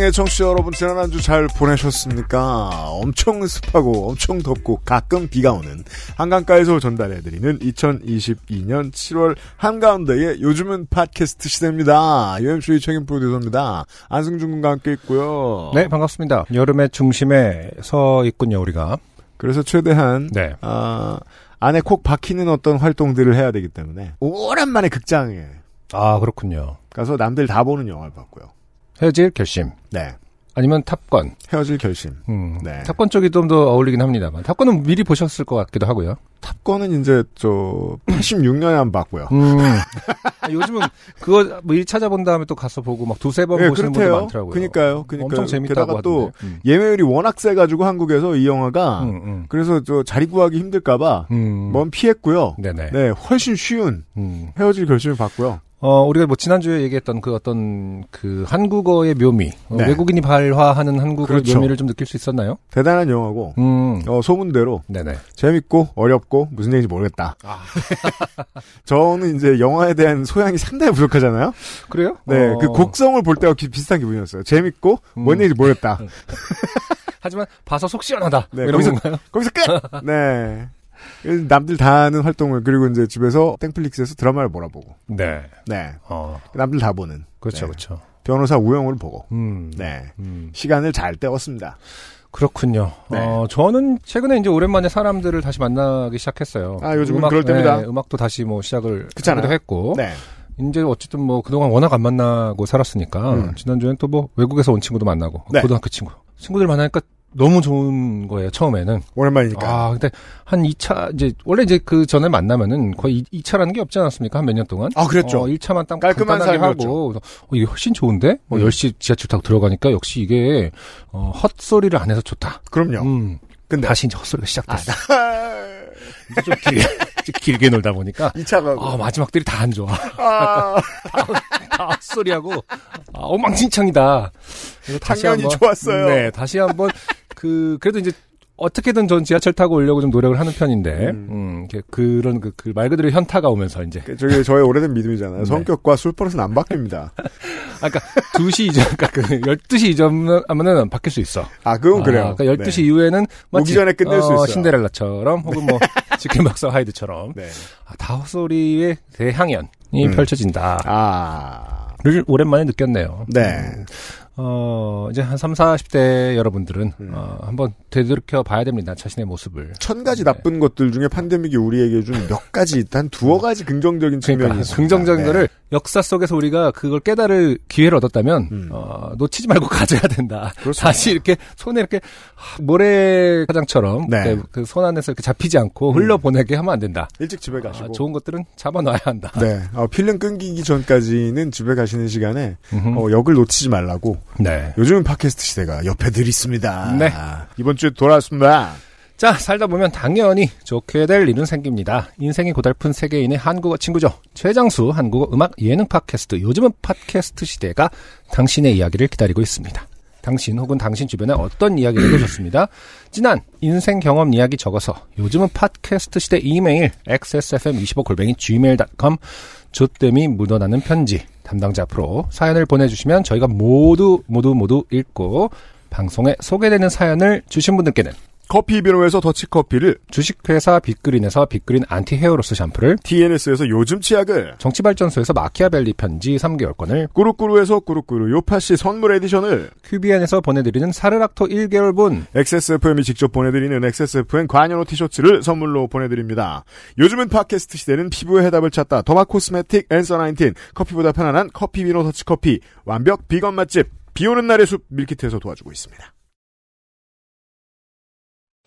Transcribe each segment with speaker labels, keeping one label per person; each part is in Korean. Speaker 1: 지구상의 청취자 여러분, 지난 한 주 잘 보내셨습니까? 엄청 습하고, 엄청 덥고, 가끔 비가 오는 한강가에서 전달해드리는 2022년 7월 한가운데의 요즘은 팟캐스트 시대입니다. UMC의 책임 프로듀서입니다. 안승준 군과 함께 있고요.
Speaker 2: 네, 반갑습니다. 여름의 중심에 서 있군요, 우리가.
Speaker 1: 그래서 최대한,
Speaker 2: 네.
Speaker 1: 아, 안에 콕 박히는 어떤 활동들을 해야 되기 때문에, 오랜만에 극장에
Speaker 2: 아, 그렇군요.
Speaker 1: 가서 남들 다 보는 영화를 봤고요.
Speaker 2: 헤어질 결심.
Speaker 1: 네.
Speaker 2: 아니면 탑건.
Speaker 1: 헤어질 결심.
Speaker 2: 음.
Speaker 1: 네.
Speaker 2: 탑건 쪽이 좀 더 어울리긴 합니다만. 탑건은 미리 보셨을 것 같기도 하고요.
Speaker 1: 탑건은 이제, 저, 86년에 한 번 봤고요.
Speaker 2: 음. 아, 요즘은 그거 미리 찾아본 다음에 또 가서 보고 막 두세 번
Speaker 1: 예,
Speaker 2: 보시는
Speaker 1: 그렇대요.
Speaker 2: 분들 많더라고요.
Speaker 1: 그니까요. 그니까요.
Speaker 2: 엄청 재밌다고
Speaker 1: 게다가 또
Speaker 2: 하던데. 음.
Speaker 1: 예매율이 워낙 세가지고 한국에서 이 영화가
Speaker 2: 음, 음.
Speaker 1: 그래서 저 자리 구하기 힘들까봐
Speaker 2: 음.
Speaker 1: 먼 피했고요.
Speaker 2: 네네.
Speaker 1: 네, 훨씬 쉬운
Speaker 2: 음.
Speaker 1: 헤어질 결심을 봤고요.
Speaker 2: 어, 우리가 뭐 지난주에 얘기했던 그 어떤 그 한국어의 묘미. 어,
Speaker 1: 네.
Speaker 2: 외국인이 발화하는 한국어의
Speaker 1: 그렇죠.
Speaker 2: 묘미를 좀 느낄 수 있었나요?
Speaker 1: 대단한 영화고
Speaker 2: 음.
Speaker 1: 어, 소문대로
Speaker 2: 네네.
Speaker 1: 재밌고 어렵고 무슨 얘기인지 모르겠다.
Speaker 2: 아.
Speaker 1: 저는 이제 영화에 대한 소양이 상당히 부족하잖아요.
Speaker 2: 그래요?
Speaker 1: 네,
Speaker 2: 어,
Speaker 1: 그 곡성을 볼 때와 기- 비슷한 기분이었어요. 재밌고 뭔
Speaker 2: 음.
Speaker 1: 얘기인지 모르겠다.
Speaker 2: 하지만 봐서 속 시원하다. 뭐
Speaker 1: 네,
Speaker 2: 이런
Speaker 1: 거기서-
Speaker 2: 건가요?
Speaker 1: 거기서 끝. 네. 남들 다 하는 활동을 그리고 이제 집에서 땡플릭스에서 드라마를 몰아보고.
Speaker 2: 네.
Speaker 1: 네.
Speaker 2: 어.
Speaker 1: 남들 다 보는
Speaker 2: 그렇죠,
Speaker 1: 네.
Speaker 2: 그렇죠.
Speaker 1: 변호사 우영우를 보고
Speaker 2: 음.
Speaker 1: 네
Speaker 2: 음.
Speaker 1: 시간을 잘 때웠습니다.
Speaker 2: 그렇군요.
Speaker 1: 네.
Speaker 2: 어, 저는 최근에 이제 오랜만에 사람들을 다시 만나기 시작했어요.
Speaker 1: 아, 요즘은 그럴 때입니다.
Speaker 2: 네, 음악도 다시 뭐 시작을
Speaker 1: 그렇잖아요.
Speaker 2: 하기도 했고.
Speaker 1: 네
Speaker 2: 이제 어쨌든 뭐 그동안 워낙 안 만나고 살았으니까
Speaker 1: 음.
Speaker 2: 지난주엔 또 뭐 외국에서 온 친구도 만나고
Speaker 1: 네.
Speaker 2: 고등학교 친구. 친구들 만나니까 너무 좋은 거예요, 처음에는.
Speaker 1: 오랜만이니까
Speaker 2: 아, 근데 한 2차 이제 원래 이제 그 전에 만나면은 거의 2, 차라는게 없지 않았습니까? 한 몇 년 동안?
Speaker 1: 아, 그랬죠.
Speaker 2: 어, 1차만 딱
Speaker 1: 깔끔한
Speaker 2: 깔끔한 하게
Speaker 1: 삶이었죠. 음.
Speaker 2: 하고 그래서 어, 이게 훨씬 좋은데? 뭐 10시 지하철 타고 들어가니까 역시 이게 어, 헛소리를 안 해서 좋다.
Speaker 1: 그럼요. 아,
Speaker 2: 음.
Speaker 1: 근데- 아,
Speaker 2: 다시 이제 헛소리가 시작됐어. 이제 좀 길, 이제 길게 놀다 보니까
Speaker 1: 이 차가
Speaker 2: 아, 마지막들이 다 안 좋아.
Speaker 1: 아,
Speaker 2: 다 헛소리하고 아, 엉망진창이다. 그래서
Speaker 1: 당연히 좋았어요.
Speaker 2: 네, 다시 한번 그 그래도 이제 어떻게든 전 지하철 타고 오려고 좀 노력을 하는 편인데
Speaker 1: 음.
Speaker 2: 음, 이렇게 그런 그, 그말 그대로 현타가 오면서 이제
Speaker 1: 그 저게 저의 오래된
Speaker 2: 네.
Speaker 1: 믿음이잖아요. 성격과 술 버릇은 안 바뀝니다.
Speaker 2: 아까 그러니까 2시 이전 그러니까 그 12시 이전 하면은 바뀔 수 있어.
Speaker 1: 아 그건
Speaker 2: 아,
Speaker 1: 그래요.
Speaker 2: 그러니까 12시
Speaker 1: 네.
Speaker 2: 이후에는 마치
Speaker 1: 오기 전에 끝낼 수
Speaker 2: 어,
Speaker 1: 있어요.
Speaker 2: 신데렐라처럼 혹은 뭐 치킨 박사 하이드처럼
Speaker 1: 네.
Speaker 2: 아, 다 헛소리의 대항연이
Speaker 1: 음.
Speaker 2: 펼쳐진다를
Speaker 1: 아
Speaker 2: 오랜만에 느꼈네요.
Speaker 1: 네.
Speaker 2: 어, 이제 한 3, 40대 여러분들은,
Speaker 1: 음.
Speaker 2: 어, 한번 되돌이켜 봐야 됩니다. 자신의 모습을.
Speaker 1: 천 가지
Speaker 2: 네.
Speaker 1: 나쁜 것들 중에 팬데믹이 우리에게 준 몇 가지, 단 두어 가지 긍정적인 측면이
Speaker 2: 그러니까,
Speaker 1: 있습니다.
Speaker 2: 긍정적인
Speaker 1: 네.
Speaker 2: 거를 역사 속에서 우리가 그걸 깨달을 기회를 얻었다면,
Speaker 1: 음.
Speaker 2: 어, 놓치지 말고 가져야 된다.
Speaker 1: 그렇습니다.
Speaker 2: 다시 이렇게 손에 이렇게 하, 모래 화장처럼,
Speaker 1: 네.
Speaker 2: 그손 안에서 이렇게 잡히지 않고 흘러보내게 하면 안 된다.
Speaker 1: 일찍 집에
Speaker 2: 아,
Speaker 1: 가시고.
Speaker 2: 좋은 것들은 잡아놔야 한다.
Speaker 1: 네. 어, 필름 끊기기 전까지는 집에 가시는 시간에
Speaker 2: 음흠.
Speaker 1: 어, 역을 놓치지 말라고
Speaker 2: 네.
Speaker 1: 요즘은 팟캐스트 시대가 옆에 늘 있습니다.
Speaker 2: 네.
Speaker 1: 이번 주에 돌아왔습니다.
Speaker 2: 자, 살다 보면 당연히 좋게 될 일은 생깁니다. 인생이 고달픈 세계인의 한국어 친구죠. 최장수 한국어 음악 예능 팟캐스트. 요즘은 팟캐스트 시대가 당신의 이야기를 기다리고 있습니다. 당신 혹은 당신 주변에 어떤 이야기를 해주셨습니다. 지난 인생 경험 이야기 적어서 요즘은 팟캐스트 시대 이메일 xsfm25골뱅이 gmail.com 조땜이 묻어나는 편지 담당자 앞으로 사연을 보내주시면 저희가 모두 모두 모두 읽고 방송에 소개되는 사연을 주신 분들께는
Speaker 1: 커피 비노에서 더치커피를,
Speaker 2: 주식회사 빅그린에서 빅그린 안티 헤어로스 샴푸를,
Speaker 1: TNS에서 요즘 치약을,
Speaker 2: 정치발전소에서 마키아벨리 편지 3개월권을,
Speaker 1: 꾸루꾸루에서 꾸루꾸루 요파시 선물 에디션을,
Speaker 2: 큐비엔에서 보내드리는 사르락토 1개월분,
Speaker 1: XSFM이 직접 보내드리는 XSFM 관여로 티셔츠를 선물로 보내드립니다. 요즘은 팟캐스트 시대는 피부의 해답을 찾다. 더마 코스메틱 앤서 19, 커피보다 편안한 커피 비노 더치커피, 완벽 비건 맛집, 비 오는 날의 숲 밀키트에서 도와주고 있습니다.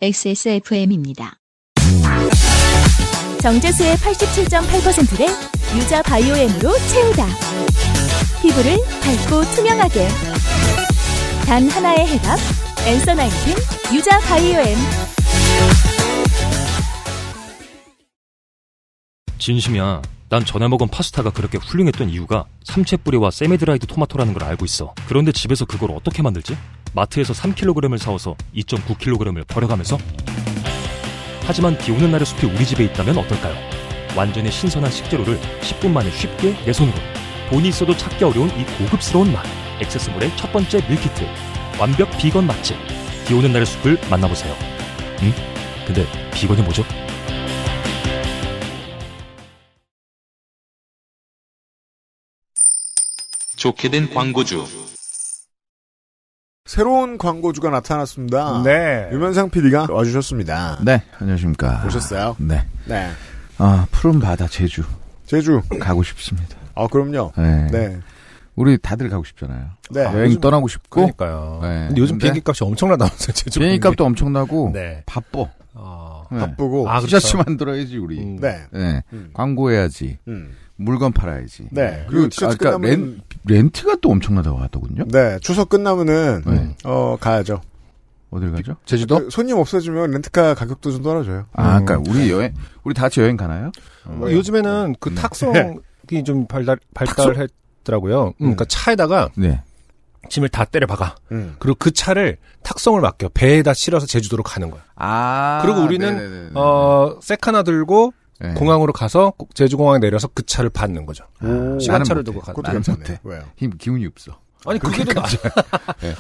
Speaker 3: XSFM입니다.
Speaker 4: 정제수의 87.8%를 유자 바이오엠으로 채우다. 피부를 밝고 투명하게. 단 하나의 해답 엔서 나인틴 유자 바이오엠
Speaker 5: 진심이야. 난 전에 먹은 파스타가 그렇게 훌륭했던 이유가 삼채 뿌리와 세미드라이드 토마토라는 걸 알고 있어. 그런데 집에서 그걸 어떻게 만들지? 마트에서 3kg을 사와서 2.9kg을 버려가면서? 하지만 비 오는 날의 숲이 우리 집에 있다면 어떨까요? 완전히 신선한 식재료를 10분 만에 쉽게 내 손으로. 돈이 있어도 찾기 어려운 이 고급스러운 맛. 액세스몰의 첫 번째 밀키트. 완벽 비건 맛집. 비 오는 날의 숲을 만나보세요. 음? 근데 비건이 뭐죠?
Speaker 6: 좋게 된 광고주.
Speaker 1: 새로운 광고주가
Speaker 7: 아,
Speaker 1: 나타났습니다.
Speaker 2: 네.
Speaker 1: 유면상 PD가 와주셨습니다.
Speaker 7: 네, 안녕하십니까.
Speaker 1: 오셨어요?
Speaker 7: 네.
Speaker 1: 네.
Speaker 7: 아, 푸른 바다 제주
Speaker 1: 제주.
Speaker 7: 가고 싶습니다.
Speaker 1: 아, 그럼요.
Speaker 7: 네.
Speaker 1: 네.
Speaker 7: 우리 다들 가고 싶잖아요.
Speaker 1: 네.
Speaker 7: 여행
Speaker 2: 요즘-
Speaker 7: 떠나고 싶고
Speaker 2: 그러니까요.
Speaker 7: 네.
Speaker 2: 근데 요즘
Speaker 7: 근데-
Speaker 2: 비행기 값이 엄청나다면서 제주
Speaker 7: 비행기값도 엄청나고
Speaker 2: 네.
Speaker 7: 바빠.
Speaker 2: 아,
Speaker 7: 네.
Speaker 1: 바쁘고.
Speaker 2: 아, 그렇죠.
Speaker 7: 티셔츠 만들어야지 우리.
Speaker 2: 음.
Speaker 1: 네.
Speaker 7: 네.
Speaker 1: 음.
Speaker 7: 광고해야지.
Speaker 1: 음.
Speaker 7: 물건 팔아야지.
Speaker 1: 네. 그리고
Speaker 7: 아,
Speaker 1: 티셔츠
Speaker 7: 그러니까
Speaker 1: 끝나면
Speaker 7: 렌, 렌트가 또 엄청나다고 하더군요.
Speaker 1: 네. 추석 끝나면은
Speaker 7: 네.
Speaker 1: 어 가야죠.
Speaker 7: 어딜 가죠?
Speaker 2: 제주도?
Speaker 1: 그 손님 없어지면 렌트카 가격도 좀 떨어져요.
Speaker 7: 아, 그러니까 우리 여행 우리 다 같이 여행 가나요?
Speaker 2: 어, 요즘에는 그
Speaker 7: 음.
Speaker 2: 탁성이 좀 발달, 발달했더라고요. 음, 그러니까 차에다가
Speaker 7: 네.
Speaker 2: 짐을 다 때려 박아.
Speaker 1: 음.
Speaker 2: 그리고 그 차를 탁성을 맡겨. 배에다 실어서 제주도로 가는 거야.
Speaker 7: 아.
Speaker 2: 그리고 우리는
Speaker 7: 네네네네.
Speaker 2: 어, 색 하나 들고
Speaker 7: 네.
Speaker 2: 공항으로 가서 꼭 제주공항에 내려서 그 차를 받는 거죠.
Speaker 7: 오.
Speaker 2: 시간차를
Speaker 7: 어, 나는
Speaker 2: 두고
Speaker 7: 못해.
Speaker 2: 가는
Speaker 1: 그것도
Speaker 7: 나는
Speaker 1: 괜찮네.
Speaker 7: 못해.
Speaker 1: 왜요?
Speaker 7: 힘 기운이 없어. 네.
Speaker 2: 아니, 그게 더 나.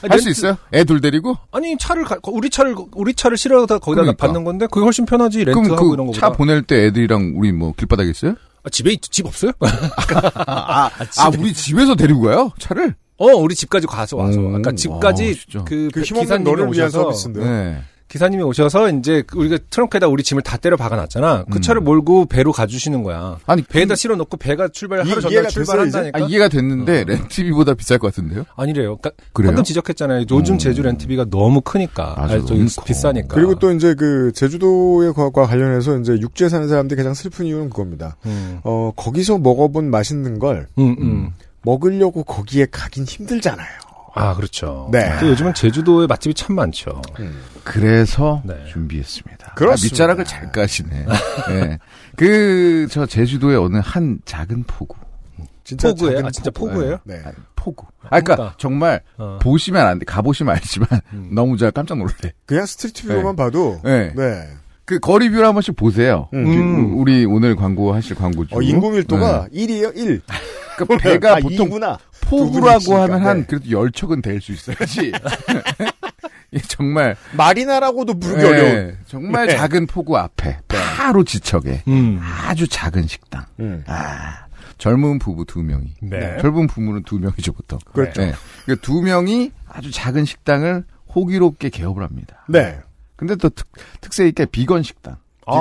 Speaker 7: 할 수 있어요? 애 둘 데리고?
Speaker 2: 아니, 차를, 가- 우리 차를, 우리 차를 실어다 거기다
Speaker 7: 그러니까.
Speaker 2: 받는 건데, 그게 훨씬 편하지. 렌트하고 이런
Speaker 7: 그럼 그
Speaker 2: 거보다.
Speaker 7: 차 보낼 때 애들이랑 우리 뭐 길바닥에 있어요?
Speaker 2: 아, 집에, 있- 집 없어요?
Speaker 7: 아, 아, 우리 집에서 데리고 가요? 차를?
Speaker 2: 어, 우리 집까지 가서 와서.
Speaker 7: 오,
Speaker 2: 아까
Speaker 7: 음. 와,
Speaker 2: 집까지
Speaker 7: 진짜.
Speaker 2: 그,
Speaker 1: 그 힘없는
Speaker 2: 기사님이
Speaker 1: 너를 위한
Speaker 2: 오셔서
Speaker 1: 서비스인데요.
Speaker 7: 네.
Speaker 2: 기사님이 오셔서 이제 그 우리가 트렁크에다 우리 짐을 다 때려 박아놨잖아.
Speaker 7: 음.
Speaker 2: 그 차를 몰고 배로 가주시는 거야.
Speaker 7: 아니,
Speaker 2: 배에다 실어놓고 배가 출발
Speaker 1: 이-
Speaker 2: 하루
Speaker 1: 이해가
Speaker 2: 전날
Speaker 1: 됐어요,
Speaker 2: 출발한다니까.
Speaker 7: 아, 이해가 됐는데 렌트비보다 비쌀 것 같은데요?
Speaker 2: 아니래요. 그러니까
Speaker 7: 그래요? 음.
Speaker 2: 방금 지적했잖아요. 요즘 제주 렌트비가 너무 크니까.
Speaker 7: 맞아,
Speaker 2: 아니, 저기
Speaker 7: 너무 커.
Speaker 2: 비싸니까.
Speaker 1: 그리고 또 이제 그 제주도에 과 과 관련해서 이제 육지에 사는 사람들이 가장 슬픈 이유는 그겁니다.
Speaker 2: 음,
Speaker 1: 어 거기서 먹어본 맛있는 걸
Speaker 2: 음, 음.
Speaker 7: 음.
Speaker 1: 먹으려고 거기에 가긴 힘들잖아요.
Speaker 2: 아, 그렇죠.
Speaker 1: 네.
Speaker 2: 또 요즘은 제주도에 맛집이 참 많죠.
Speaker 7: 그래서
Speaker 2: 네.
Speaker 7: 준비했습니다.
Speaker 1: 그렇습니다.
Speaker 7: 아, 밑자락을 잘 까시네. 네. 그, 저 제주도의 어느 한 작은 포구.
Speaker 1: 진짜
Speaker 2: 포구예요?
Speaker 1: 작은
Speaker 2: 아, 진짜
Speaker 1: 포구.
Speaker 2: 포구예요?
Speaker 1: 네.
Speaker 7: 아, 포구. 아, 그러니까
Speaker 2: 그러니까.
Speaker 7: 정말
Speaker 2: 어.
Speaker 7: 보시면 안 돼. 가보시면 알지만 너무 제가 깜짝 놀래.
Speaker 1: 그냥 스트리트 뷰로만 봐도
Speaker 7: 네.
Speaker 1: 네.
Speaker 7: 그 거리뷰를 한 번씩 보세요.
Speaker 1: 음.
Speaker 2: 음.
Speaker 7: 우리 오늘 광고하실 광고주. 네.
Speaker 1: 어, 인구 밀도가 1이에요, 1.
Speaker 7: 그 배가
Speaker 1: 아,
Speaker 7: 보통
Speaker 1: 2구나.
Speaker 7: 포구라고
Speaker 1: 분이시니까,
Speaker 7: 하면 한
Speaker 1: 네.
Speaker 7: 그래도 열 척은 될 수 있어야지. 예, 정말
Speaker 1: 마리나라고도 부르기
Speaker 7: 예,
Speaker 1: 어려운.
Speaker 7: 정말
Speaker 1: 네.
Speaker 7: 작은 포구 앞에 바로 지척에
Speaker 2: 음.
Speaker 7: 아주 작은 식당.
Speaker 1: 음.
Speaker 7: 아 젊은 부부 두 명이
Speaker 2: 네.
Speaker 7: 젊은 부부는 두 명이죠 보통.
Speaker 1: 그렇죠.
Speaker 7: 예, 그러니까 두 명이 아주 작은 식당을 호기롭게 개업을 합니다.
Speaker 1: 네.
Speaker 7: 근데 또 특, 특색 있게 비건 식당.
Speaker 2: 아,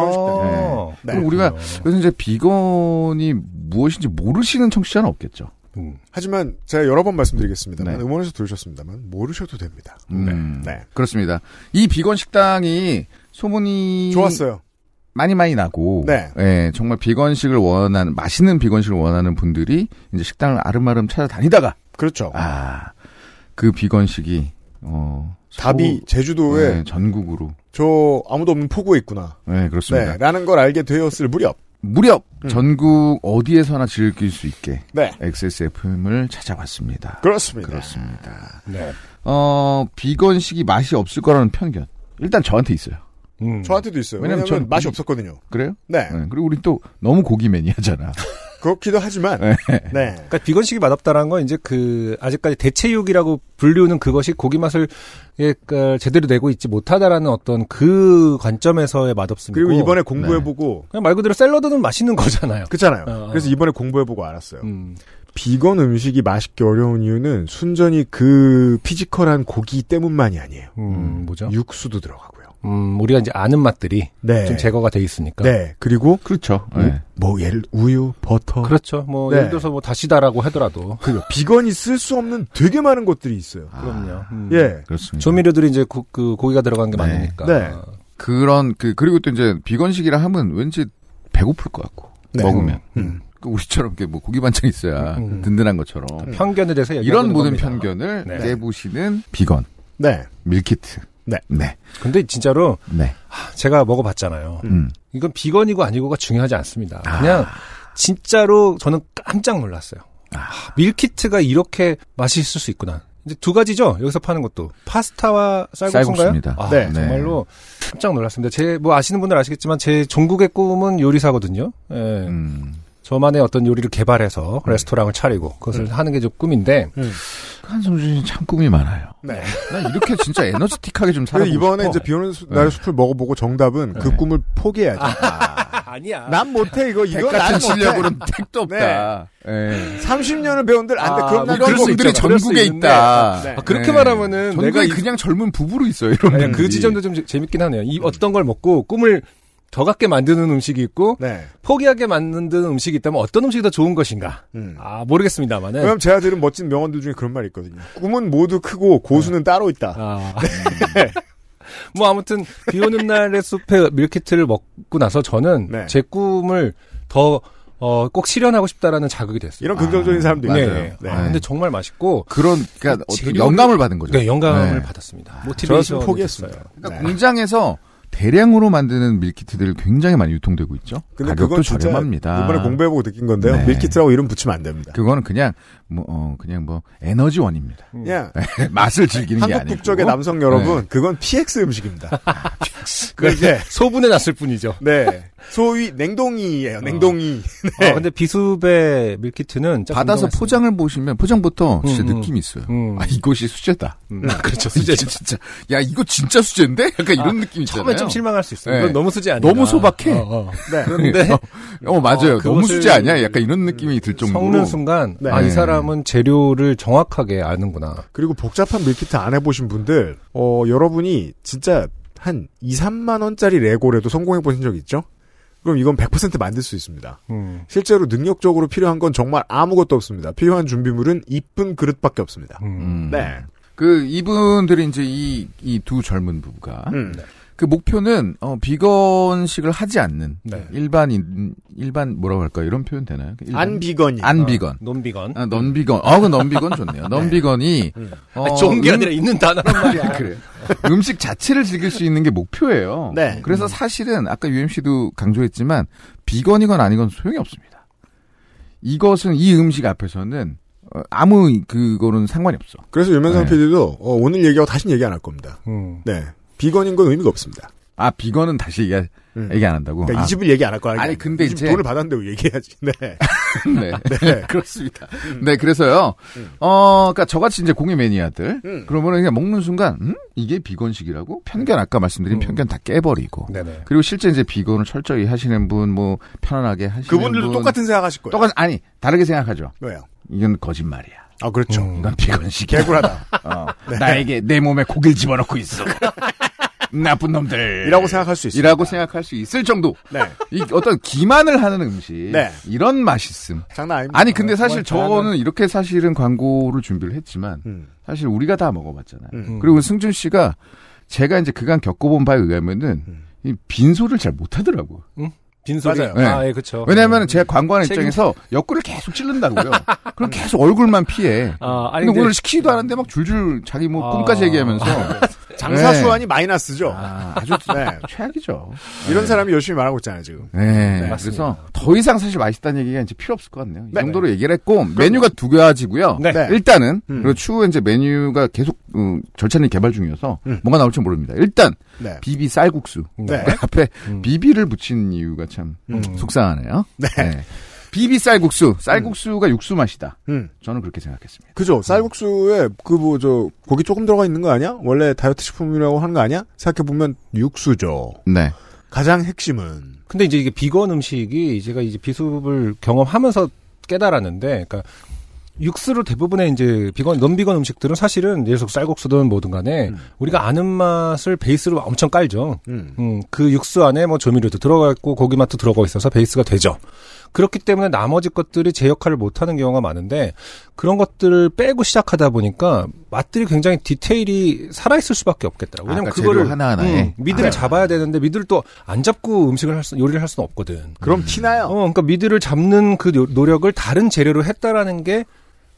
Speaker 1: 네.
Speaker 7: 그럼 우리가 요즘 이제 비건이 무엇인지 모르시는 청취자는 없겠죠.
Speaker 2: 음.
Speaker 1: 하지만 제가 여러 번 말씀드리겠습니다만
Speaker 7: 네.
Speaker 1: 음원에서 들으셨습니다만 모르셔도 됩니다.
Speaker 7: 음,
Speaker 1: 네.
Speaker 7: 그렇습니다. 이 비건 식당이 소문이
Speaker 1: 좋았어요.
Speaker 7: 많이 많이 나고
Speaker 1: 네.
Speaker 7: 예, 정말 비건식을 원하는 맛있는 비건식을 원하는 분들이 이제 식당을 아름아름 찾아다니다가
Speaker 1: 그렇죠.
Speaker 7: 아 그 비건식이 어
Speaker 1: 답이
Speaker 7: 서울,
Speaker 1: 제주도에
Speaker 7: 예, 전국으로
Speaker 1: 저 아무도 없는 포구에 있구나.
Speaker 7: 예, 그렇습니다.
Speaker 1: 네. 음. 라는 걸 알게 되었을 무렵.
Speaker 7: 무렵 전국 어디에서나 즐길 수 있게
Speaker 1: 네.
Speaker 7: XSFM을 찾아봤습니다.
Speaker 1: 그렇습니다.
Speaker 7: 그렇습니다.
Speaker 2: 네.
Speaker 7: 어 비건식이 맛이 없을 거라는 편견 일단 저한테 있어요.
Speaker 2: 음.
Speaker 1: 저한테도 있어요.
Speaker 7: 왜냐면
Speaker 1: 왜냐면
Speaker 7: 전-
Speaker 1: 맛이 없었거든요.
Speaker 7: 그래요?
Speaker 1: 네.
Speaker 7: 예, 그리고 우리 또 너무 고기 매니아잖아.
Speaker 1: 그렇기도 하지만.
Speaker 7: 네.
Speaker 1: 네.
Speaker 2: 그러니까 비건식이 맛없다라는 건 이제 그 아직까지 대체육이라고 불리우는 그것이 고기 맛을 예, 그 제대로 내고 있지 못하다라는 어떤 그 관점에서의 맛없음이고
Speaker 1: 그리고 이번에 공부해보고.
Speaker 2: 그냥 말 그대로 샐러드는 맛있는 거잖아요.
Speaker 1: 그렇잖아요.
Speaker 2: 어, 어.
Speaker 1: 그래서 이번에 공부해보고 알았어요.
Speaker 2: 음.
Speaker 1: 비건 음식이 맛있기 어려운 이유는 순전히 그 피지컬한 고기 때문만이 아니에요.
Speaker 2: 음, 뭐죠?
Speaker 1: 육수도 들어가고요.
Speaker 2: 음, 우리가 이제 아는 맛들이
Speaker 1: 네.
Speaker 2: 좀 제거가 돼 있으니까.
Speaker 1: 네. 그리고
Speaker 7: 그렇죠.
Speaker 1: 우- 뭐 예를 우유, 버터.
Speaker 2: 그렇죠. 뭐
Speaker 1: 네.
Speaker 2: 예를 들어서 뭐 다시다라고 하더라도
Speaker 1: 그 비건이 쓸 수 없는 되게 많은 것들이 있어요.
Speaker 2: 그럼요. 음.
Speaker 1: 예.
Speaker 7: 그렇습니다.
Speaker 2: 조미료들이 이제 고, 그 고기가 들어간 게
Speaker 7: 네.
Speaker 2: 많으니까.
Speaker 1: 네.
Speaker 7: 그런 그 그리고 또 이제 비건식이라 하면 왠지 배고플 것 같고
Speaker 1: 네.
Speaker 7: 먹으면
Speaker 1: 음.
Speaker 7: 그 우리처럼 이렇게 뭐 고기 반찬 있어야
Speaker 2: 음.
Speaker 7: 든든한 것처럼
Speaker 2: 편견에 대해서 얘기하는
Speaker 7: 이런 모든
Speaker 2: 겁니다.
Speaker 7: 편견을
Speaker 2: 네.
Speaker 7: 내부시는 비건
Speaker 1: 네.
Speaker 7: 밀키트.
Speaker 1: 네.
Speaker 7: 네.
Speaker 2: 근데 진짜로
Speaker 7: 네.
Speaker 2: 제가 먹어봤잖아요.
Speaker 7: 음.
Speaker 2: 이건 비건이고 아니고가 중요하지 않습니다. 그냥 진짜로 저는 깜짝 놀랐어요. 아, 밀키트가 이렇게 맛이 있을 수 있구나. 이제 두 가지죠. 여기서 파는 것도 파스타와 쌀국수인가요?
Speaker 7: 쌀국수입니다.
Speaker 2: 아,
Speaker 1: 네.
Speaker 2: 정말로 깜짝 놀랐습니다. 제 뭐 아시는 분들 아시겠지만 제 종국의 꿈은 요리사거든요. 예.
Speaker 7: 음.
Speaker 2: 저만의 어떤 요리를 개발해서 레스토랑을 차리고
Speaker 7: 음.
Speaker 2: 그것을 하는 게 좀 꿈인데
Speaker 7: 한성준이 참 꿈이 많아요.
Speaker 1: 네.
Speaker 7: 나 이렇게 진짜 에너지틱하게 좀 살아.
Speaker 1: 근데 이번에 이제 비 오는 수- 날의 숲을 먹어보고 정답은 그 꿈을 포기해야죠.
Speaker 2: 아니야.
Speaker 1: 난 못해, 이거. 이거 난
Speaker 7: 같은
Speaker 1: 못해.
Speaker 7: 실력으로는 택도 없다. 예.
Speaker 1: 30년을 배운들 안 돼. 그럼 난
Speaker 7: 뭐 그런
Speaker 1: 이런 거
Speaker 7: 분들이
Speaker 1: 있잖아.
Speaker 2: 그럴 수
Speaker 7: 전국에
Speaker 2: 있는데.
Speaker 7: 있다.
Speaker 1: 네.
Speaker 2: 아, 그렇게 말하면은
Speaker 7: 전국에
Speaker 2: 내가 이-
Speaker 7: 그냥 네. 젊은 부부로 있어요. 이런
Speaker 2: 아니,
Speaker 7: 분들이.
Speaker 2: 그 지점도 좀 재- 재밌긴 하네요. 이 어떤 걸 먹고 꿈을 더 갖게 만드는 음식이 있고
Speaker 1: 네.
Speaker 2: 포기하게 만드는 음식이 있다면 어떤 음식이 더 좋은 것인가?
Speaker 1: 음.
Speaker 2: 아 모르겠습니다만은.
Speaker 1: 왜냐면 제가 들은 멋진 명언들 중에 그런 말이 있거든요. 꿈은 모두 크고 고수는 따로 있다.
Speaker 2: 아. 뭐 아무튼 비 오는 날의 숲에 밀키트를 먹고 나서 저는
Speaker 1: 네.
Speaker 2: 제 꿈을 더 어, 꼭 실현하고 싶다라는 자극이 됐어요.
Speaker 1: 이런 긍정적인 사람도
Speaker 2: 네.
Speaker 1: 있어요.
Speaker 2: 네.
Speaker 1: 네.
Speaker 7: 아,
Speaker 2: 근데 정말 맛있고
Speaker 7: 그런 그러니까 어떻게
Speaker 2: 재료도-
Speaker 7: 영감을 받은 거죠.
Speaker 2: 네, 영감을
Speaker 7: 네.
Speaker 2: 받았습니다.
Speaker 1: 저였으면
Speaker 2: 모티베이션
Speaker 1: 포기했습니다.
Speaker 7: 그러니까
Speaker 1: 네.
Speaker 7: 공장에서 대량으로 만드는 밀키트들 굉장히 많이 유통되고 있죠.
Speaker 1: 근데
Speaker 7: 가격도
Speaker 1: 그건 진짜
Speaker 7: 저렴합니다.
Speaker 1: 이번에 공부해보고 느낀 건데요.
Speaker 7: 네.
Speaker 1: 밀키트라고 이름 붙이면 안 됩니다.
Speaker 7: 그거는 그냥 뭐 어, 그냥 뭐 에너지원입니다.
Speaker 1: 그냥
Speaker 7: 맛을 즐기는 게
Speaker 1: 한국
Speaker 7: 네. 아니고. 네.
Speaker 1: 국적의 남성 여러분, 그건 PX 음식입니다. 그 이제
Speaker 2: 소분해 놨을 뿐이죠.
Speaker 1: 네. 소위 냉동이에요. 냉동이.
Speaker 7: 어.
Speaker 2: 아, 근데 비숲의 밀키트는 진짜
Speaker 7: 받아서
Speaker 2: 건강했습니다.
Speaker 7: 포장을 보시면 포장부터 진짜
Speaker 2: 음, 음.
Speaker 7: 느낌이 있어요.
Speaker 2: 음.
Speaker 7: 아 이것이 수제다.
Speaker 2: 음, 그렇죠. 수제
Speaker 7: 이게 진짜 야 이거 진짜 수제인데? 약간 이런 느낌 있잖아요.
Speaker 2: 처음에 좀 실망할 수 있어요.
Speaker 7: 네.
Speaker 2: 이건 너무 수제 아니야.
Speaker 7: 너무 소박해.
Speaker 2: 어, 어.
Speaker 1: 네.
Speaker 2: 그런데
Speaker 7: 어, 어, 맞아요. 음,
Speaker 2: 어,
Speaker 7: 너무
Speaker 2: 그것을-
Speaker 7: 수제 아니야? 약간 이런 느낌이 들 정도로.
Speaker 2: 섞는 순간
Speaker 1: 네.
Speaker 2: 아
Speaker 7: 네.
Speaker 2: 이 사람은 재료를 정확하게 아는구나.
Speaker 1: 그리고 복잡한 밀키트 안 해보신 분들, 어, 여러분이 진짜 한 2, 3만원짜리 레고라도 성공해보신 적 있죠? 그럼 이건 100% 만들 수 있습니다.
Speaker 2: 음.
Speaker 1: 실제로 능력적으로 필요한 건 정말 아무것도 없습니다. 필요한 준비물은 이쁜 그릇밖에 없습니다.
Speaker 2: 음.
Speaker 7: 음.
Speaker 1: 네.
Speaker 7: 그 이분들이 이제 이 이 두 젊은 부부가
Speaker 1: 음.
Speaker 7: 그 목표는 어 비건식을 하지 않는
Speaker 2: 네.
Speaker 7: 일반인 일반 뭐라고 할까 요 이런 표현 되나요? 그 일반-
Speaker 1: 안 비건이.
Speaker 7: 안 비건.
Speaker 2: 논비건.
Speaker 7: 아, 넘비건. 어, 그 넘비건 좋네요. 넘비건이 어,
Speaker 2: 좋은 게
Speaker 7: 음-
Speaker 2: 아니라 있는 단어란 말이야.
Speaker 7: 그래요. 음식 자체를 즐길 수 있는 게 목표예요.
Speaker 1: 네.
Speaker 2: 음.
Speaker 7: 그래서 사실은 아까 UMC도 강조했지만 비건이건 아니건 소용이 없습니다. 이것은 이 음식 앞에서는 어, 아무 그거는 상관이 없어.
Speaker 1: 그래서 유명상
Speaker 7: 네.
Speaker 1: PD도 어, 오늘 얘기하고 다시 얘기 안 할 겁니다.
Speaker 2: 음.
Speaker 1: 네. 비건인 건 의미가 없습니다.
Speaker 7: 아 비건은 다시 얘기
Speaker 1: 음.
Speaker 7: 얘기 안 한다고.
Speaker 1: 그러니까
Speaker 7: 아,
Speaker 1: 이 집을 얘기 안 할 거야.
Speaker 7: 아니, 근데
Speaker 1: 이집
Speaker 7: 이제-
Speaker 1: 돈을 받았는데 왜 얘기해야지. 네.
Speaker 7: 네. 그렇습니다.
Speaker 1: 음.
Speaker 7: 네, 그래서요. 어, 그러니까 저같이 이제 공예 매니아들
Speaker 1: 음.
Speaker 7: 그러면 그냥 먹는 순간 음? 이게 비건식이라고? 편견 아까 말씀드린
Speaker 1: 음.
Speaker 7: 편견 다 깨버리고.
Speaker 2: 네네.
Speaker 7: 그리고 실제 이제 비건을 철저히 하시는 분, 뭐 편안하게 하시는
Speaker 1: 그분들도
Speaker 7: 분,
Speaker 1: 똑같은 생각하실 거예요.
Speaker 7: 똑같 아니 다르게 생각하죠.
Speaker 1: 왜요?
Speaker 7: 이건 거짓말이야.
Speaker 1: 아 그렇죠.
Speaker 7: 이건 음, 비건식이야.
Speaker 1: 개굴하다.
Speaker 7: 어,
Speaker 1: 네.
Speaker 7: 나에게 내 몸에 고기를 집어넣고 있어. 나쁜 놈들.
Speaker 1: 이라고 생각할 수 있어요.
Speaker 7: 이라고 생각할 수 있을 정도.
Speaker 1: 네.
Speaker 7: 이 어떤 기만을 하는 음식.
Speaker 1: 네.
Speaker 7: 이런 맛있음.
Speaker 1: 장난 아닙니다.
Speaker 7: 아니 근데 사실
Speaker 2: 정말
Speaker 7: 저는 이렇게 사실은 광고를 준비를 했지만
Speaker 1: 음.
Speaker 7: 사실 우리가 다
Speaker 2: 음.
Speaker 7: 먹어봤잖아요. 그리고 승준 씨가 제가 이제 그간 겪어본 바에 의하면은
Speaker 2: 음.
Speaker 7: 이 빈소를 잘 못하더라고.
Speaker 2: 빈소리.
Speaker 1: 맞아요.
Speaker 2: 아, 예, 그렇죠.
Speaker 7: 왜냐하면 제가 광고하는
Speaker 2: 책임-
Speaker 7: 입장에서 옆구리를 계속 찌른다고요. 그럼 계속 얼굴만 피해.
Speaker 2: 아, 아니,
Speaker 7: 근데,
Speaker 2: 근데-
Speaker 7: 오늘 시키지도 않았는데 막 줄줄 자기 뭐
Speaker 2: 아.
Speaker 7: 꿈까지 얘기하면서
Speaker 1: 장사
Speaker 7: 네.
Speaker 1: 수완이 마이너스죠.
Speaker 7: 아, 네. 아주
Speaker 1: 네.
Speaker 7: 최악이죠.
Speaker 1: 이런 사람이 열심히 말하고 있잖아요 지금.
Speaker 7: 네,
Speaker 2: 맞습니다.
Speaker 7: 그래서 더 이상 사실 맛있다는 얘기가 이제 필요 없을 것 같네요. 이
Speaker 1: 네.
Speaker 7: 정도로 얘기를 했고 메뉴가 두 가지고요.
Speaker 2: 네.
Speaker 1: 네.
Speaker 7: 일단은
Speaker 1: 음.
Speaker 7: 그리고 추후에 이제 메뉴가 계속 음, 절차는 개발 중이어서
Speaker 1: 음.
Speaker 7: 뭔가 나올지 모릅니다. 일단
Speaker 1: 네.
Speaker 7: 비비 쌀국수 그
Speaker 1: 네.
Speaker 7: 앞에 비비를 붙인 이유가 참
Speaker 2: 음.
Speaker 7: 속상하네요. 네. 비비 쌀국수 쌀국수가 육수 맛이다.
Speaker 1: 음.
Speaker 7: 저는 그렇게 생각했습니다.
Speaker 1: 그죠. 쌀국수에 그 뭐 저 고기 조금 들어가 있는 거 아니야? 원래 다이어트 식품이라고 하는 거 아니야? 생각해 보면 육수죠.
Speaker 7: 네,
Speaker 1: 가장 핵심은
Speaker 2: 근데 이제 이게 비건 음식이 제가 이제 비숲을 경험하면서 깨달았는데, 그러니까 육수로 대부분의 이제 비건, 넘비건 음식들은 사실은 예를 들어 쌀국수든 뭐든 간에 우리가 아는 맛을 베이스로 엄청 깔죠.
Speaker 1: 음.
Speaker 2: 음, 그 육수 안에 뭐 조미료도 들어가 있고 고기 맛도 들어가 있어서 베이스가 되죠. 그렇기 때문에 나머지 것들이 제 역할을 못하는 경우가 많은데 그런 것들을 빼고 시작하다 보니까 맛들이 굉장히 디테일이 살아있을 수밖에 없겠더라고. 왜냐면
Speaker 7: 아까 재료
Speaker 2: 그거를 음,
Speaker 7: 하나하나에.
Speaker 2: 미드를 잡아야 되는데 미드를 또 안 잡고 음식을 할 수, 요리를 할 수는
Speaker 7: 그렇죠.
Speaker 2: 없거든.
Speaker 1: 그럼 티나요.
Speaker 2: 어, 그러니까 미드를 잡는 그 노- 노력을 다른 재료로 했다라는 게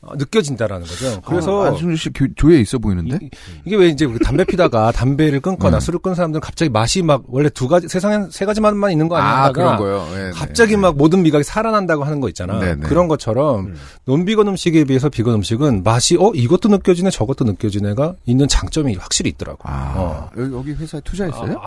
Speaker 2: 어, 느껴진다라는 거죠. 그래서
Speaker 7: 어, 안순주 씨 교- 조에 있어 보이는데?
Speaker 2: 이- 이게 왜 이제 담배 피다가 담배를 끊거나
Speaker 7: 네? 음.
Speaker 2: 술을 끊은 사람들은 갑자기 맛이 막 원래 두 가지 세상에 세 가지 맛만 있는 거 아니야?
Speaker 7: 아 그런 거요. 네, 네.
Speaker 2: 갑자기 막 모든 미각이 살아난다고 하는 거 있잖아.
Speaker 7: 네, 네.
Speaker 2: 그런 것처럼 논비건 음식에 비해서 비건 음식은 맛이 어 이것도 느껴지네 저것도 느껴지네가 있는 장점이 확실히 있더라고. 어, 아,
Speaker 7: 아, 여기, 여기 회사에 투자했어요?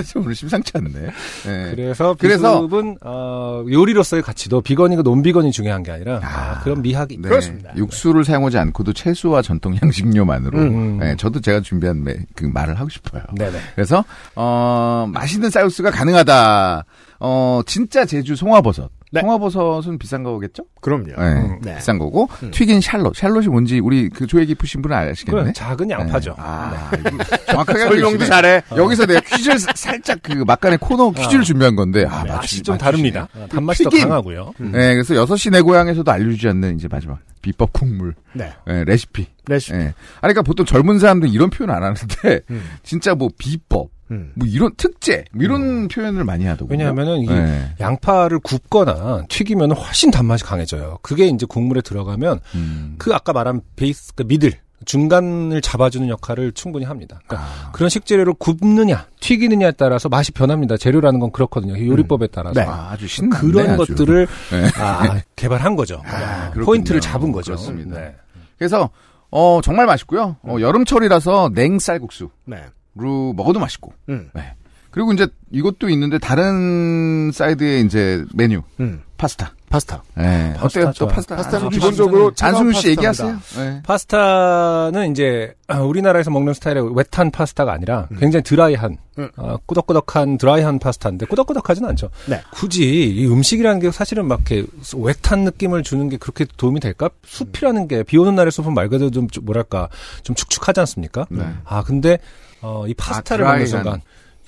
Speaker 7: 오늘 심상치 않네. 네.
Speaker 2: 그래서
Speaker 7: 그래서-
Speaker 2: 비습은 어, 요리로서의 가치도 비건이고 논비건이 중요한 게 아니라
Speaker 7: 아,
Speaker 2: 아, 그런 미학이
Speaker 7: 네.
Speaker 2: 그렇습니다.
Speaker 7: 육수를 사용하지 않고도 채소와 전통 향신료만으로.
Speaker 2: 음.
Speaker 7: 네, 저도 제가 준비한 매- 그 말을 하고 싶어요.
Speaker 2: 네네.
Speaker 7: 그래서 어 맛있는 쌀국수가 가능하다. 어 진짜 제주 송화버섯.
Speaker 1: 네.
Speaker 7: 송화버섯은 비싼 거겠죠?
Speaker 1: 그럼요.
Speaker 7: 네,
Speaker 2: 음,
Speaker 1: 네.
Speaker 7: 비싼 거고 튀긴 샬롯. 샬롯이 뭔지 우리 그 조얘 깊으신 분은 아시겠네.
Speaker 2: 그 작은 양파죠.
Speaker 7: 네. 아, 이거 정확하게 알고
Speaker 1: 설명도
Speaker 7: 계시네.
Speaker 1: 잘해.
Speaker 7: 여기서 내가 퀴즈를 사- 살짝 그 막간의 코너 퀴즈를 준비한 건데 아,
Speaker 2: 어. 네,
Speaker 7: 맞추시-
Speaker 2: 맛이 좀
Speaker 7: 맞추시네.
Speaker 2: 다릅니다. 어, 단맛이 더
Speaker 7: 튀김.
Speaker 2: 강하고요.
Speaker 7: 네, 그래서 여섯 시 내 고향에서도 알려주지 않는 이제 마지막 비법 국물
Speaker 1: 네.
Speaker 7: 네, 레시피.
Speaker 1: 레시피.
Speaker 7: 예. 아니, 그러니까 보통 젊은 사람들은 이런 표현 안 하는데
Speaker 2: 음.
Speaker 7: 진짜 뭐 비법,
Speaker 1: 음.
Speaker 7: 뭐 이런 특제 뭐 이런 표현을 많이 하더군요.
Speaker 2: 음. 왜냐하면은 이게
Speaker 7: 네.
Speaker 2: 양파를 굽거나 튀기면 훨씬 단맛이 강해져요. 그게 이제 국물에 들어가면
Speaker 7: 음.
Speaker 2: 그 아까 말한 베이스, 그 미들 중간을 잡아주는 역할을 충분히 합니다. 그러니까
Speaker 7: 아.
Speaker 2: 그런 식재료를 굽느냐 튀기느냐에 따라서 맛이 변합니다. 재료라는 건 그렇거든요. 요리법에 따라서
Speaker 1: 네.
Speaker 7: 아, 아주 신나.
Speaker 2: 그런 것들을
Speaker 7: 네.
Speaker 2: 아, 개발한 거죠.
Speaker 7: 그렇군요.
Speaker 2: 포인트를 잡은 거죠.
Speaker 7: 그렇습니다.
Speaker 2: 네.
Speaker 7: 그래서 어 정말 맛있고요. 어, 여름철이라서 냉쌀국수로
Speaker 1: 네.
Speaker 7: 먹어도 맛있고.
Speaker 1: 음.
Speaker 7: 네. 그리고 이제 이것도 있는데 다른 사이드의 이제 메뉴
Speaker 1: 음.
Speaker 7: 파스타.
Speaker 1: 파스타.
Speaker 7: 네.
Speaker 2: 파스타
Speaker 7: 어때요? 또
Speaker 2: 좋아요.
Speaker 7: 파스타.
Speaker 1: 파스타는
Speaker 7: 안순-
Speaker 1: 기본적으로
Speaker 7: 안순
Speaker 1: 차가운
Speaker 7: 씨 얘기하세요.
Speaker 1: 파스타입니다.
Speaker 7: 네.
Speaker 2: 파스타는 이제 아, 우리나라에서 먹는 스타일의 웨탄 파스타가 아니라 굉장히 드라이한
Speaker 1: 음.
Speaker 2: 아, 꾸덕꾸덕한 드라이한 파스타인데 꾸덕꾸덕하진 않죠.
Speaker 1: 네.
Speaker 2: 굳이 이 음식이라는 게 사실은 막 이렇게 웨탄 느낌을 주는 게 그렇게 도움이 될까? 숲이라는 게 비 오는 날의 숲은 말 그대로 좀, 좀 뭐랄까 좀 축축하지 않습니까?
Speaker 7: 네.
Speaker 2: 아 근데 어, 이 파스타를
Speaker 1: 아,
Speaker 2: 먹는
Speaker 7: 드라이한.
Speaker 2: 순간